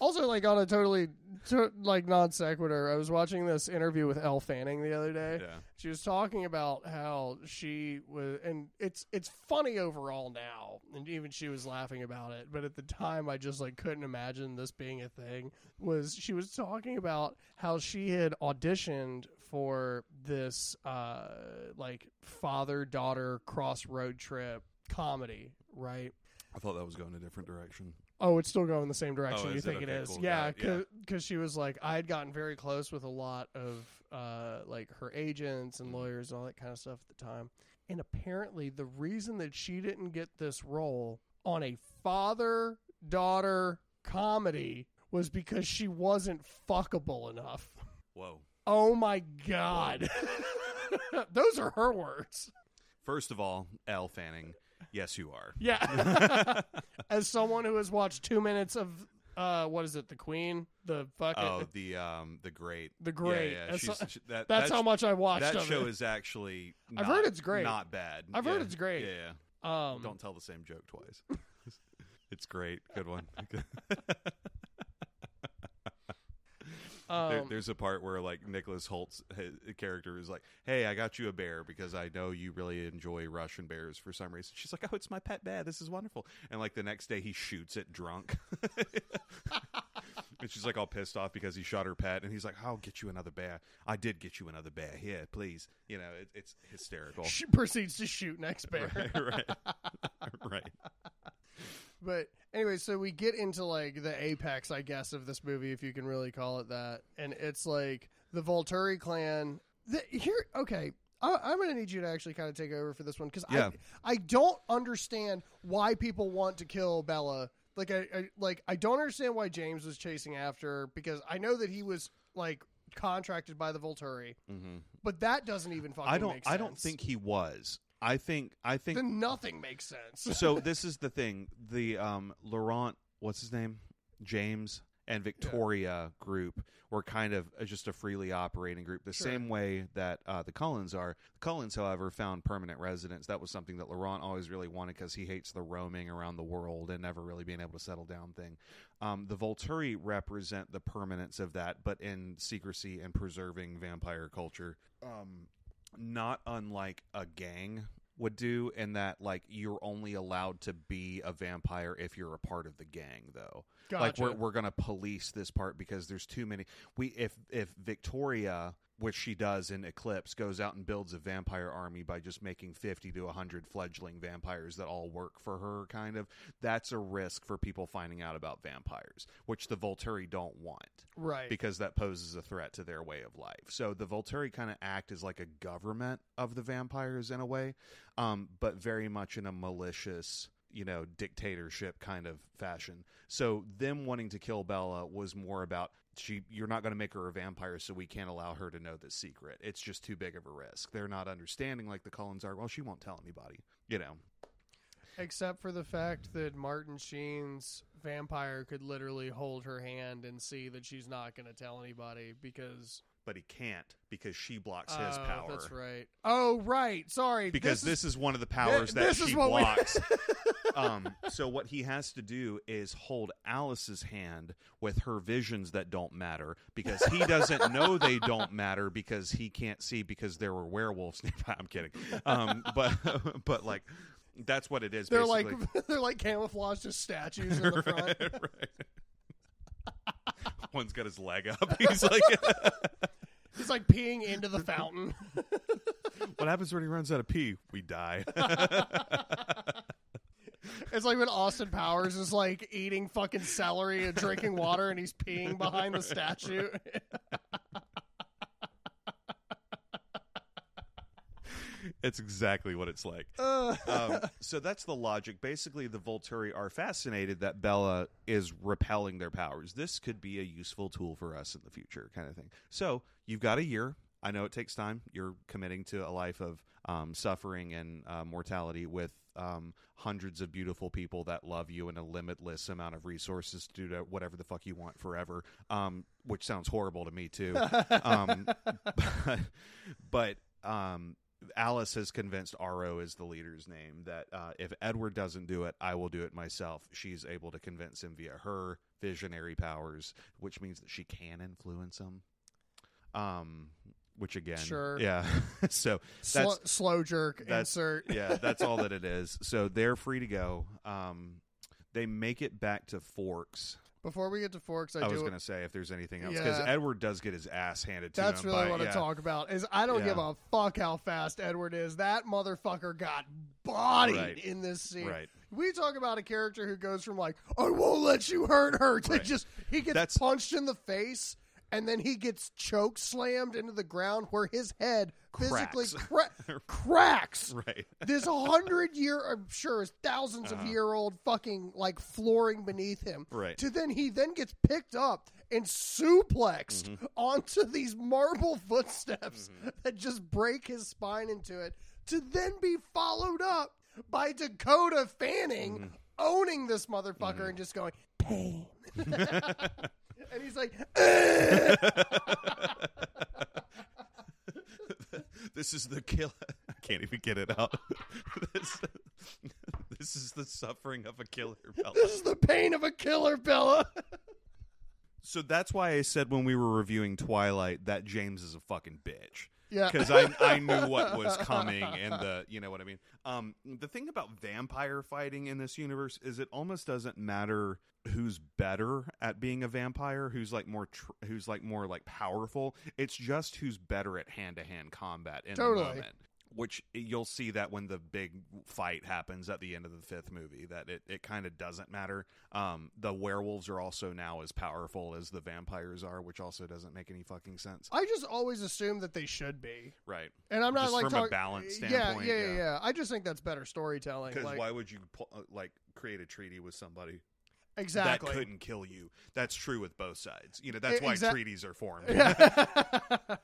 [SPEAKER 1] also, like on a totally to, like non sequitur, I was watching this interview with Elle Fanning the other day.
[SPEAKER 2] Yeah.
[SPEAKER 1] She was talking about how she was, and it's it's funny overall now, and even she was laughing about it. But at the time, I just like couldn't imagine this being a thing. Was she was talking about how she had auditioned for this uh, like father daughter cross road trip comedy, right?
[SPEAKER 2] I thought that was going a different direction.
[SPEAKER 1] Oh, it's still going the same direction
[SPEAKER 2] Oh,
[SPEAKER 1] you
[SPEAKER 2] is it?
[SPEAKER 1] think it
[SPEAKER 2] Okay,
[SPEAKER 1] is.
[SPEAKER 2] cool.
[SPEAKER 1] Yeah,
[SPEAKER 2] Got it. Yeah.
[SPEAKER 1] because she was like, I had gotten very close with a lot of uh, like her agents and
[SPEAKER 2] Mhm.
[SPEAKER 1] lawyers and all that kind of stuff at the time. And apparently, the reason that she didn't get this role on a father daughter comedy was because she wasn't fuckable enough.
[SPEAKER 2] Whoa.
[SPEAKER 1] Oh my God. Those are her words.
[SPEAKER 2] First of all, Elle Fanning, yes, you are.
[SPEAKER 1] Yeah. As someone who has watched two minutes of uh, what is it, the Queen, the fucking
[SPEAKER 2] oh, the um, the great,
[SPEAKER 1] the Great.
[SPEAKER 2] Yeah, yeah.
[SPEAKER 1] As
[SPEAKER 2] She's,
[SPEAKER 1] so-
[SPEAKER 2] she- that,
[SPEAKER 1] that's
[SPEAKER 2] that
[SPEAKER 1] how much I watched
[SPEAKER 2] That
[SPEAKER 1] of
[SPEAKER 2] show
[SPEAKER 1] it.
[SPEAKER 2] is actually. Not,
[SPEAKER 1] I've heard it's great.
[SPEAKER 2] Not bad.
[SPEAKER 1] I've heard
[SPEAKER 2] Yeah.
[SPEAKER 1] it's great.
[SPEAKER 2] Yeah, yeah.
[SPEAKER 1] um,
[SPEAKER 2] Don't tell the same joke twice. it's great. Good one. There,
[SPEAKER 1] um,
[SPEAKER 2] there's a part where like Nicholas Holt's hi- character is like, "Hey, I got you a bear because I know you really enjoy Russian bears for some reason." She's like, "Oh, it's my pet bear. This is wonderful." And like the next day, he shoots it drunk, and she's like all pissed off because he shot her pet. And he's like, "I'll get you another bear. I did get you another bear. Here, please." You know, it, it's hysterical.
[SPEAKER 1] she proceeds to shoot next bear.
[SPEAKER 2] Right, right, right.
[SPEAKER 1] But anyway, so we get into like the apex, I guess, of this movie, if you can really call it that. And it's like the Volturi clan. The, here, okay, I, I'm going to need you to actually kind of take over for this one because
[SPEAKER 2] Yeah.
[SPEAKER 1] I I don't understand why people want to kill Bella. Like I, I like I don't understand why James was chasing after her because I know that he was like contracted by the Volturi,
[SPEAKER 2] Mm-hmm.
[SPEAKER 1] but that doesn't even fucking.
[SPEAKER 2] I don't.
[SPEAKER 1] Make sense.
[SPEAKER 2] I don't think he was. I think. I think
[SPEAKER 1] then nothing makes sense.
[SPEAKER 2] so this is the thing the um laurent what's his name james and victoria group were kind of uh, just a freely operating group the
[SPEAKER 1] Sure.
[SPEAKER 2] same way that uh, the cullens are the cullens however found permanent residence that was something that laurent always really wanted because he hates the roaming around the world and never really being able to settle down thing um, the volturi represent the permanence of that but in secrecy and preserving vampire culture um, not unlike a gang would do in that like you're only allowed to be a vampire if you're a part of the gang though
[SPEAKER 1] Gotcha.
[SPEAKER 2] like we're, we're gonna police this part because there's too many we if if victoria which she does in eclipse goes out and builds a vampire army by just making 50 to 100 fledgling vampires that all work for her kind of that's a risk for people finding out about vampires which the volturi don't want
[SPEAKER 1] right.
[SPEAKER 2] because that poses a threat to their way of life. So the Volturi kind of act as like a government of the vampires in a way, um, but very much in a malicious, you know, dictatorship kind of fashion. So them wanting to kill Bella was more about she you're not going to make her a vampire so we can't allow her to know this secret it's just too big of a risk they're not understanding like the cullens are well she won't tell anybody you know
[SPEAKER 1] Except for the fact that Martin Sheen's vampire could literally hold her hand and see that she's not going to tell anybody because
[SPEAKER 2] but he can't because she blocks his
[SPEAKER 1] Oh,
[SPEAKER 2] power.
[SPEAKER 1] That's right. Oh, right. Sorry.
[SPEAKER 2] Because
[SPEAKER 1] this,
[SPEAKER 2] this, is one of the powers
[SPEAKER 1] thi-
[SPEAKER 2] that
[SPEAKER 1] this is
[SPEAKER 2] she
[SPEAKER 1] what we-
[SPEAKER 2] blocks. um, so what he has to do is hold Alice's hand with her visions that don't matter because he doesn't know they don't matter because he can't see because there were werewolves nearby. I'm kidding. Um, but but like that's what it is.
[SPEAKER 1] they're
[SPEAKER 2] basically.
[SPEAKER 1] like they're like camouflaged just statues in the front.
[SPEAKER 2] Right, right. One's got his leg up. He's like,
[SPEAKER 1] He's like peeing into the fountain.
[SPEAKER 2] what happens when he runs out of pee? We die.
[SPEAKER 1] It's like when Austin Powers is like eating fucking celery and drinking water, and he's peeing behind the statue.
[SPEAKER 2] it's exactly what it's like.
[SPEAKER 1] Uh,
[SPEAKER 2] Um, so that's the logic. Basically, the Volturi are fascinated that Bella is repelling their powers. This could be a useful tool for us in the future, kind of thing. So you've got a year. I know it takes time. You're committing to a life of um, suffering and uh, mortality with um, hundreds of beautiful people that love you and a limitless amount of resources to do to whatever the fuck you want forever, um, which sounds horrible to me, too. um, but, but um, Alice has convinced Aro is the leader's name that uh, if Edward doesn't do it, I will do it myself. She's able to convince him via her visionary powers, which means that she can influence him. Um, which again,
[SPEAKER 1] Sure.
[SPEAKER 2] yeah. so
[SPEAKER 1] Slow, slow jerk
[SPEAKER 2] that's-
[SPEAKER 1] insert.
[SPEAKER 2] yeah, that's all that it is. So they're free to go. Um, they make it back to Forks.
[SPEAKER 1] Before we get to forks, I,
[SPEAKER 2] I,
[SPEAKER 1] do.
[SPEAKER 2] was going to say if there's anything else because
[SPEAKER 1] Yeah.
[SPEAKER 2] Edward does get his ass handed to
[SPEAKER 1] that's
[SPEAKER 2] him.
[SPEAKER 1] really
[SPEAKER 2] by-
[SPEAKER 1] what I
[SPEAKER 2] yeah.
[SPEAKER 1] talk about. Is I don't give
[SPEAKER 2] Yeah.
[SPEAKER 1] a fuck how fast Edward is. That motherfucker got bodied
[SPEAKER 2] Right.
[SPEAKER 1] in this scene.
[SPEAKER 2] Right.
[SPEAKER 1] We talk about a character who goes from like, I won't let you hurt her to
[SPEAKER 2] Right.
[SPEAKER 1] just he gets
[SPEAKER 2] That's-
[SPEAKER 1] punched in the face and then he gets choke slammed into the ground where his head physically cra- cracks.
[SPEAKER 2] Right.
[SPEAKER 1] This hundred year, I'm sure, is 1000s of year old fucking like flooring beneath him.
[SPEAKER 2] Uh-huh. Right.
[SPEAKER 1] To then he then gets picked up and suplexed
[SPEAKER 2] Mm-hmm.
[SPEAKER 1] onto these marble footsteps that just break his spine into it. To then be followed up by Dakota Fanning
[SPEAKER 2] Mm-hmm.
[SPEAKER 1] owning this motherfucker and just going pain. and he's like, "Ugh."
[SPEAKER 2] this is the kill. I can't even get it out. this, this is the suffering of a killer. Bella.
[SPEAKER 1] "This is the pain of a killer, Bella."
[SPEAKER 2] So that's why I said when we were reviewing Twilight that James is a fucking bitch.
[SPEAKER 1] Yeah.
[SPEAKER 2] Because I, I knew what was coming and the you know what I mean. Um, the thing about vampire fighting in this universe is it almost doesn't matter who's better at being a vampire, who's like more tr- who's like more like powerful. It's just who's better at hand to hand combat in
[SPEAKER 1] Totally.
[SPEAKER 2] the moment. Which you'll see that when the big fight happens at the end of the fifth movie, that it, it kind of doesn't matter. Um, the werewolves are also now as powerful as the vampires are, which also doesn't make any fucking sense.
[SPEAKER 1] I just always assume that they should be.
[SPEAKER 2] Right.
[SPEAKER 1] And I'm not
[SPEAKER 2] Just
[SPEAKER 1] like
[SPEAKER 2] from a
[SPEAKER 1] talk-
[SPEAKER 2] balance
[SPEAKER 1] yeah,
[SPEAKER 2] standpoint,
[SPEAKER 1] Yeah, yeah,
[SPEAKER 2] yeah.
[SPEAKER 1] yeah. I just think that's better storytelling.
[SPEAKER 2] Because
[SPEAKER 1] like-
[SPEAKER 2] why would you pu- uh, like create a treaty with somebody
[SPEAKER 1] exactly?
[SPEAKER 2] that couldn't kill you? That's true with both sides. You know that's
[SPEAKER 1] E-
[SPEAKER 2] why
[SPEAKER 1] exact-
[SPEAKER 2] treaties are formed.
[SPEAKER 1] Yeah.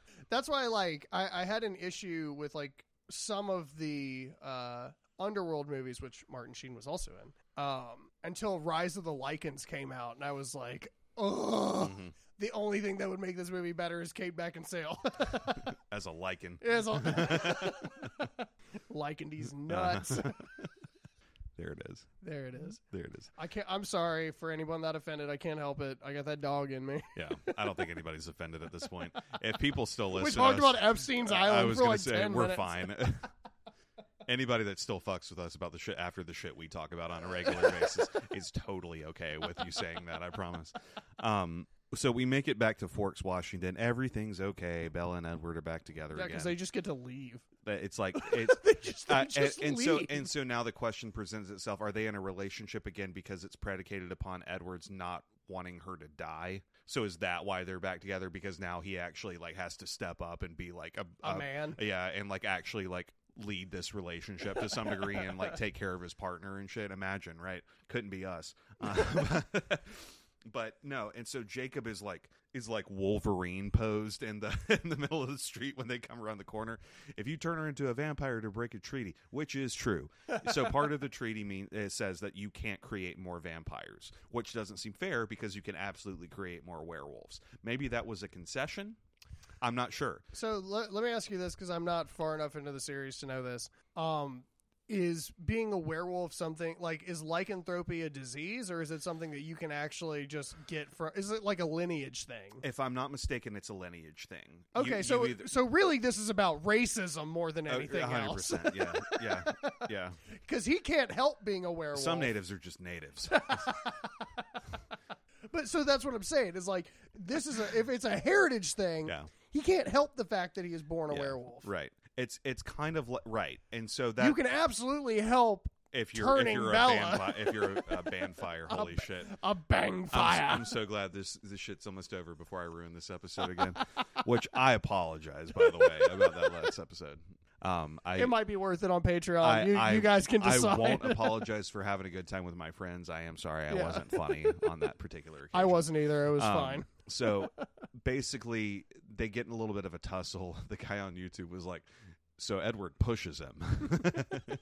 [SPEAKER 1] that's why, like, I, I had an issue with like some of the uh, underworld movies, which Martin Sheen was also in, um, until Rise of the Lycans came out, and I was like, oh.
[SPEAKER 2] Mhm.
[SPEAKER 1] The only thing that would make this movie better is Kate Beckinsale.
[SPEAKER 2] As a lichen,
[SPEAKER 1] It's all- Lycan
[SPEAKER 2] Uh-huh.
[SPEAKER 1] these nuts.
[SPEAKER 2] Uh, there it is.
[SPEAKER 1] There it is.
[SPEAKER 2] There it is.
[SPEAKER 1] I can't. I'm sorry for anyone that offended. I can't help it. I got that dog in me.
[SPEAKER 2] Yeah, I don't think anybody's offended at this point. If people still listen,
[SPEAKER 1] we
[SPEAKER 2] to
[SPEAKER 1] talked
[SPEAKER 2] us-
[SPEAKER 1] about Epstein's Island
[SPEAKER 2] I was
[SPEAKER 1] for
[SPEAKER 2] gonna
[SPEAKER 1] like
[SPEAKER 2] say
[SPEAKER 1] 10
[SPEAKER 2] we're
[SPEAKER 1] minutes.
[SPEAKER 2] fine. Anybody that still fucks with us about the shit after the shit we talk about on a regular basis is totally okay with you saying that. I promise. Um, so we make it back to Forks, Washington. Everything's okay. Bella and Edward are back together
[SPEAKER 1] Yeah,
[SPEAKER 2] again.
[SPEAKER 1] because they just get to leave.
[SPEAKER 2] But it's like it's.
[SPEAKER 1] They just, they
[SPEAKER 2] Uh, and,
[SPEAKER 1] just
[SPEAKER 2] and
[SPEAKER 1] leave.
[SPEAKER 2] so and so now the question presents itself: Are they in a relationship again because it's predicated upon Edward's not wanting her to die? So is that why they're back together? Because now he actually like has to step up and be like a,
[SPEAKER 1] a man.
[SPEAKER 2] yeah, and like actually like lead this relationship to some degree and like take care of his partner and shit. Imagine, right? Couldn't be us. Uh, but no, and so Jacob is like is like Wolverine posed in the in the middle of the street when they come around the corner. If you turn her into a vampire to break a treaty, which is true. So part of the treaty mean it says that you can't create more vampires, which doesn't seem fair because you can absolutely create more werewolves. Maybe that was a concession I'm not sure.
[SPEAKER 1] So let, let me ask you this because I'm not far enough into the series to know this. Um, is being a werewolf something like is lycanthropy a disease or is it something that you can actually just get from? Is it like a lineage thing?
[SPEAKER 2] If I'm not mistaken, it's a lineage thing. You-
[SPEAKER 1] Okay,
[SPEAKER 2] you
[SPEAKER 1] so
[SPEAKER 2] either-
[SPEAKER 1] so really this is about racism more than
[SPEAKER 2] Oh,
[SPEAKER 1] anything else
[SPEAKER 2] 100%, Yeah, yeah, yeah.
[SPEAKER 1] because he can't help being a werewolf.
[SPEAKER 2] Some natives are just natives.
[SPEAKER 1] but so that's what I'm saying is like this is a if it's a heritage thing,
[SPEAKER 2] Yeah.
[SPEAKER 1] he can't help the fact that he is born a
[SPEAKER 2] Yeah,
[SPEAKER 1] werewolf.
[SPEAKER 2] Right. It's it's kind of li- right, and so that
[SPEAKER 1] you can absolutely help
[SPEAKER 2] if you're if
[SPEAKER 1] turning
[SPEAKER 2] you're a
[SPEAKER 1] Bella.
[SPEAKER 2] band, if you're a, a band fire, holy shit.
[SPEAKER 1] a bang fire.
[SPEAKER 2] I'm, s- I'm so glad this this shit's almost over before I ruin this episode again, which I apologize by the way about that last episode. Um, I
[SPEAKER 1] it might be worth it on Patreon.
[SPEAKER 2] I-
[SPEAKER 1] you,
[SPEAKER 2] I-
[SPEAKER 1] you guys can decide.
[SPEAKER 2] I won't apologize for having a good time with my friends. I am sorry I
[SPEAKER 1] Yeah.
[SPEAKER 2] wasn't funny on that particular occasion.
[SPEAKER 1] I wasn't either. It was
[SPEAKER 2] Um,
[SPEAKER 1] fine.
[SPEAKER 2] so basically, they get in a little bit of a tussle. The guy on YouTube was like, "So Edward pushes him."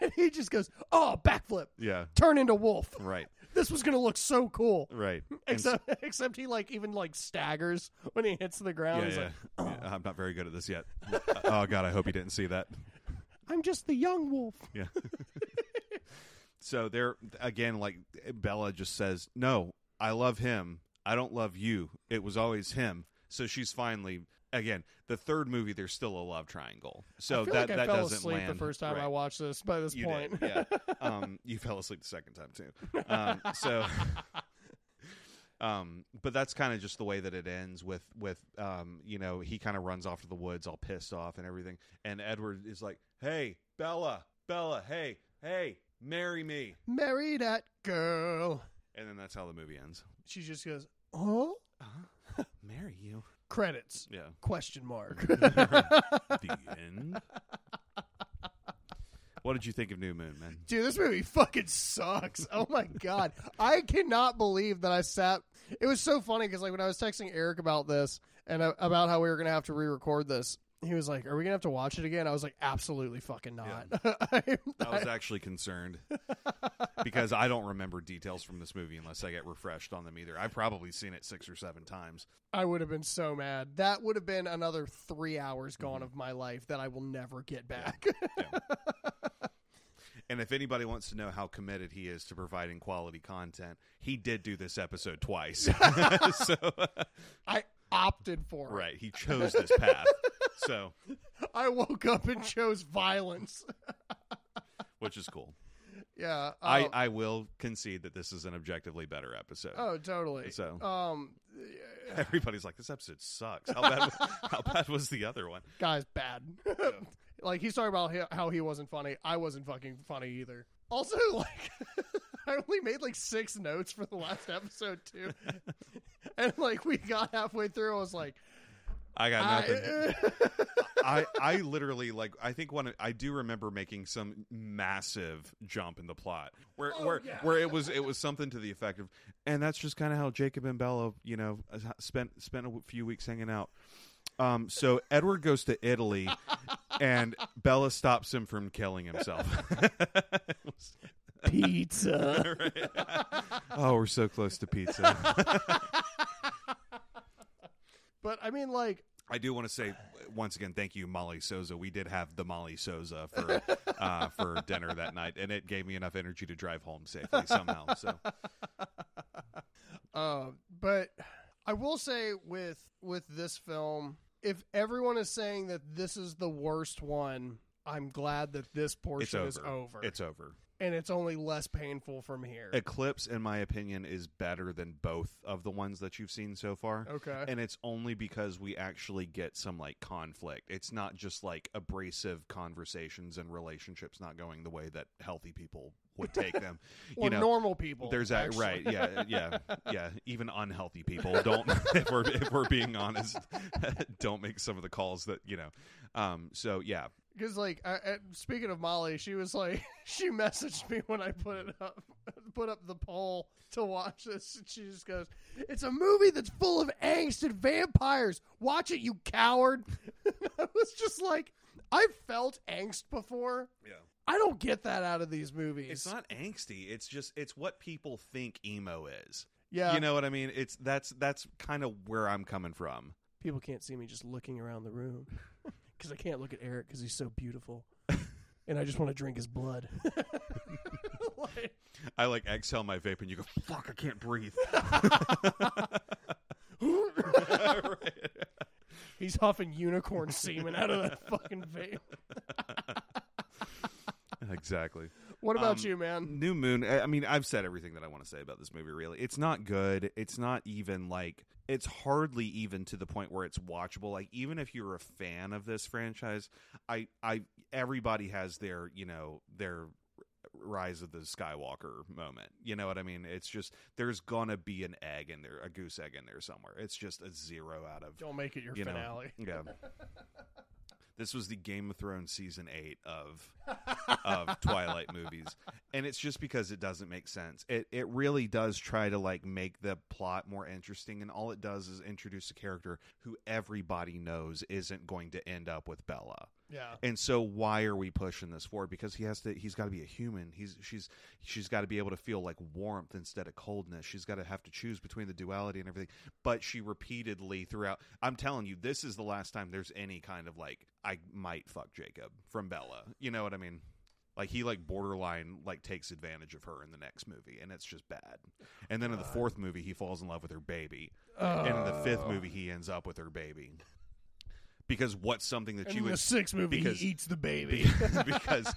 [SPEAKER 1] and he just goes, "Oh, backflip,
[SPEAKER 2] yeah,
[SPEAKER 1] turn into wolf.
[SPEAKER 2] right,
[SPEAKER 1] This was gonna look so cool."
[SPEAKER 2] right. And s-
[SPEAKER 1] Except, except he like even like staggers when he hits the ground.
[SPEAKER 2] yeah,
[SPEAKER 1] He's
[SPEAKER 2] yeah.
[SPEAKER 1] like,
[SPEAKER 2] Yeah, I'm not very good at this yet. oh God, I hope you didn't see that.
[SPEAKER 1] "I'm just the young wolf."
[SPEAKER 2] Yeah. so they're again like Bella just says, "No, I love him. I don't love you. It was always him." So she's finally again the third movie. There's still a love triangle. So
[SPEAKER 1] I feel
[SPEAKER 2] that
[SPEAKER 1] like I
[SPEAKER 2] that
[SPEAKER 1] fell
[SPEAKER 2] doesn't
[SPEAKER 1] asleep
[SPEAKER 2] land
[SPEAKER 1] the first time
[SPEAKER 2] right.
[SPEAKER 1] I watched this. By this
[SPEAKER 2] you
[SPEAKER 1] point,
[SPEAKER 2] Did, yeah. Um, you fell asleep the second time too. Um, so, um, but that's kind of just the way that it ends with with um, you know, he kind of runs off to the woods, all pissed off and everything, and Edward is like, "Hey, Bella, Bella, hey, hey, marry me,"
[SPEAKER 1] marry that girl.
[SPEAKER 2] and then that's how the movie ends.
[SPEAKER 1] She just goes, "Oh."
[SPEAKER 2] Uh-huh. marry you?
[SPEAKER 1] Credits?
[SPEAKER 2] Yeah.
[SPEAKER 1] Question mark.
[SPEAKER 2] the end. What did you think of New Moon, man?
[SPEAKER 1] Dude, this movie fucking sucks. Oh my god, I cannot believe that I sat. It was so funny because like when I was texting Eric about this and uh, about how we were gonna have to re-record this, he was like, "Are we gonna have to watch it again?" I was like, "Absolutely fucking not." I'm
[SPEAKER 2] I was actually concerned because I don't remember details from this movie unless I get refreshed on them either. I've probably seen it six or seven times.
[SPEAKER 1] I would have been so mad. That would have been another three hours gone
[SPEAKER 2] Mm-hmm.
[SPEAKER 1] of my life that I will never get back.
[SPEAKER 2] And if anybody wants to know how committed he is to providing quality content, he did do this episode twice. so,
[SPEAKER 1] I opted for it.
[SPEAKER 2] right, he chose this path. So,
[SPEAKER 1] I woke up and chose violence.
[SPEAKER 2] which is cool.
[SPEAKER 1] yeah, um,
[SPEAKER 2] I, I will concede that this is an objectively better episode.
[SPEAKER 1] oh totally.
[SPEAKER 2] So-
[SPEAKER 1] um,
[SPEAKER 2] Everybody's like, this episode sucks. How bad, how bad was the other one?
[SPEAKER 1] guy's bad. like he's talking about he- how he wasn't funny. I wasn't fucking funny either. Also, like I only made like six notes for the last episode too, and like we got halfway through, I was like, "Ah, eh."
[SPEAKER 2] I got nothing.
[SPEAKER 1] I,
[SPEAKER 2] I I literally like I think one I do remember making some massive jump in the plot where
[SPEAKER 1] Oh,
[SPEAKER 2] where
[SPEAKER 1] yeah.
[SPEAKER 2] where it was it was something to the effect of and that's just kind of how Jacob and Bella you know uh, spent spent a few weeks hanging out. Um, so Edward goes to Italy, and Bella stops him from killing himself.
[SPEAKER 1] pizza.
[SPEAKER 2] oh, we're so close to pizza.
[SPEAKER 1] But I mean, like,
[SPEAKER 2] I do want to say once again, thank you, Molly Souza. We did have the Molly Souza for uh, for dinner that night, and it gave me enough energy to drive home safely somehow. So
[SPEAKER 1] uh, but I will say with with this film, if everyone is saying that this is the worst one. I'm glad that this portion is over,
[SPEAKER 2] It's over.
[SPEAKER 1] and it's only less painful from here.
[SPEAKER 2] Eclipse, in my opinion, is better than both of the ones that you've seen so far.
[SPEAKER 1] okay,
[SPEAKER 2] And it's only because we actually get some like conflict. It's not just like abrasive conversations and relationships not going the way that healthy people would take them.
[SPEAKER 1] or
[SPEAKER 2] you know,
[SPEAKER 1] normal people.
[SPEAKER 2] There's that
[SPEAKER 1] actually.
[SPEAKER 2] right, yeah, uh, yeah, yeah. Even unhealthy people don't. if we're if we're being honest, don't make some of the calls that you know. Um. So yeah,
[SPEAKER 1] Because, like, I, I, speaking of Molly, she was like, she messaged me when I put it up, put up the poll to watch this, and she just goes, "It's a movie that's full of angst and vampires. Watch it, you coward." I was just like, I've felt angst before.
[SPEAKER 2] yeah.
[SPEAKER 1] I don't get that out of these movies.
[SPEAKER 2] It's not angsty. It's just it's what people think emo is.
[SPEAKER 1] Yeah,
[SPEAKER 2] You know what I mean? It's that's that's kind of where I'm coming from.
[SPEAKER 1] people can't see me just looking around the room because I can't look at Eric because he's so beautiful, and I just want to drink his blood. Like,
[SPEAKER 2] I like exhale my vape and you go, "Fuck, I can't breathe." Right.
[SPEAKER 1] he's huffing unicorn semen out of that fucking vein.
[SPEAKER 2] Exactly.
[SPEAKER 1] What about
[SPEAKER 2] Um,
[SPEAKER 1] you, man?
[SPEAKER 2] New Moon. I I mean, I've said everything that I want to say about this movie. Really, it's not good. It's not even like it's hardly even to the point where it's watchable. Like even if you're a fan of this franchise, I, I, everybody has their, you know, their rise of the Skywalker moment. You know what I mean? It's just there's gonna be an egg in there, a goose egg in there somewhere. It's just a zero out of
[SPEAKER 1] Don't make it your
[SPEAKER 2] you know.
[SPEAKER 1] finale.
[SPEAKER 2] yeah. This was the Game of Thrones season eight of of Twilight movies, and it's just because it doesn't make sense. It it really does try to like make the plot more interesting, and all it does is introduce a character who everybody knows isn't going to end up with Bella.
[SPEAKER 1] Yeah.
[SPEAKER 2] And so why are we pushing this forward? Because he has to he's got to be a human. He's she's she's got to be able to feel like warmth instead of coldness. She's got to have to choose between the duality and everything. But she repeatedly throughout I'm telling you this is the last time there's any kind of like I might fuck Jacob from Bella. You know what I mean? Like he like borderline like takes advantage of her in the next movie and it's just bad. And then in the fourth movie he falls in love with her baby. And in
[SPEAKER 1] Uh,
[SPEAKER 2] the fifth movie he ends up with her baby. Because what's something that
[SPEAKER 1] And
[SPEAKER 2] you
[SPEAKER 1] in
[SPEAKER 2] would
[SPEAKER 1] the sixth movie,
[SPEAKER 2] because-
[SPEAKER 1] he eats the baby.
[SPEAKER 2] because, because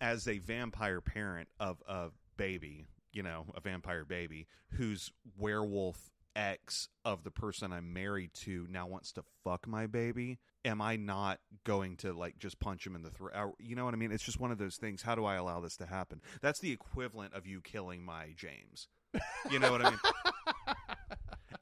[SPEAKER 2] as a vampire parent of a baby, you know, a vampire baby who's werewolf ex of the person I'm married to now wants to fuck my baby, am I not going to like just punch him in the throat? You know what I mean? It's just one of those things. How do I allow this to happen? That's the equivalent of you killing my James. You know what I mean?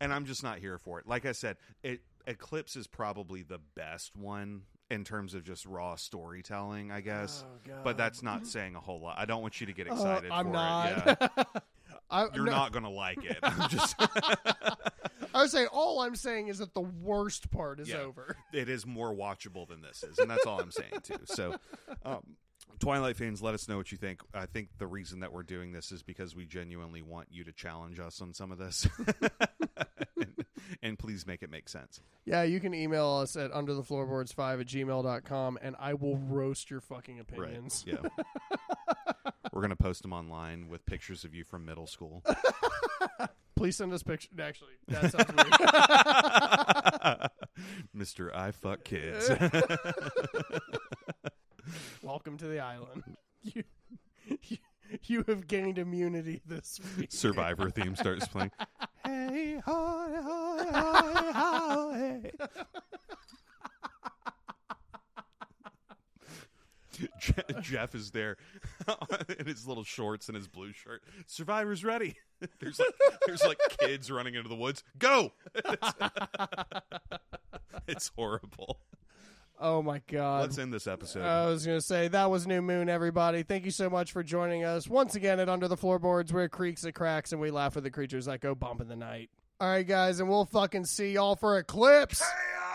[SPEAKER 2] and I'm just not here for it. Like I said, it Eclipse is probably the best one in terms of just raw storytelling, I guess. but that's not saying a whole lot. I don't want you to get excited.
[SPEAKER 1] Oh, Uh. I'm
[SPEAKER 2] for
[SPEAKER 1] not.
[SPEAKER 2] It. Yeah.
[SPEAKER 1] I,
[SPEAKER 2] You're
[SPEAKER 1] no,
[SPEAKER 2] not gonna like it. I'm just.
[SPEAKER 1] I was saying all I'm saying is that the worst part is
[SPEAKER 2] Yeah.
[SPEAKER 1] over.
[SPEAKER 2] it is more watchable than this is, and that's all I'm saying too. So, um, Twilight fans, let us know what you think. I think the reason that we're doing this is because we genuinely want you to challenge us on some of this, and, and please make it make sense.
[SPEAKER 1] Yeah, you can email us at underthefloorboards5 at gmail.com and I will roast your fucking opinions.
[SPEAKER 2] Right. Yeah. We're gonna post them online with pictures of you from middle school.
[SPEAKER 1] Please send us pictures. Actually, that sounds weird.
[SPEAKER 2] Mr. I fuck kids.
[SPEAKER 1] Welcome to the island. You, you, you have gained immunity this week.
[SPEAKER 2] Survivor theme starts playing. Hey, hoy, hoy, hoy, hoy. Je- Jeff is there in his little shorts and his blue shirt. Survivor's ready. There's like there's like kids running into the woods. Go. it's horrible.
[SPEAKER 1] Oh my God.
[SPEAKER 2] Let's end this episode.
[SPEAKER 1] I was going to say that was New Moon, everybody. Thank you so much for joining us once again at Under the Floorboards, where it creaks and cracks, and we laugh at the creatures that go bump in the night. All right, guys, and we'll fucking see y'all for Eclipse.
[SPEAKER 2] Hey,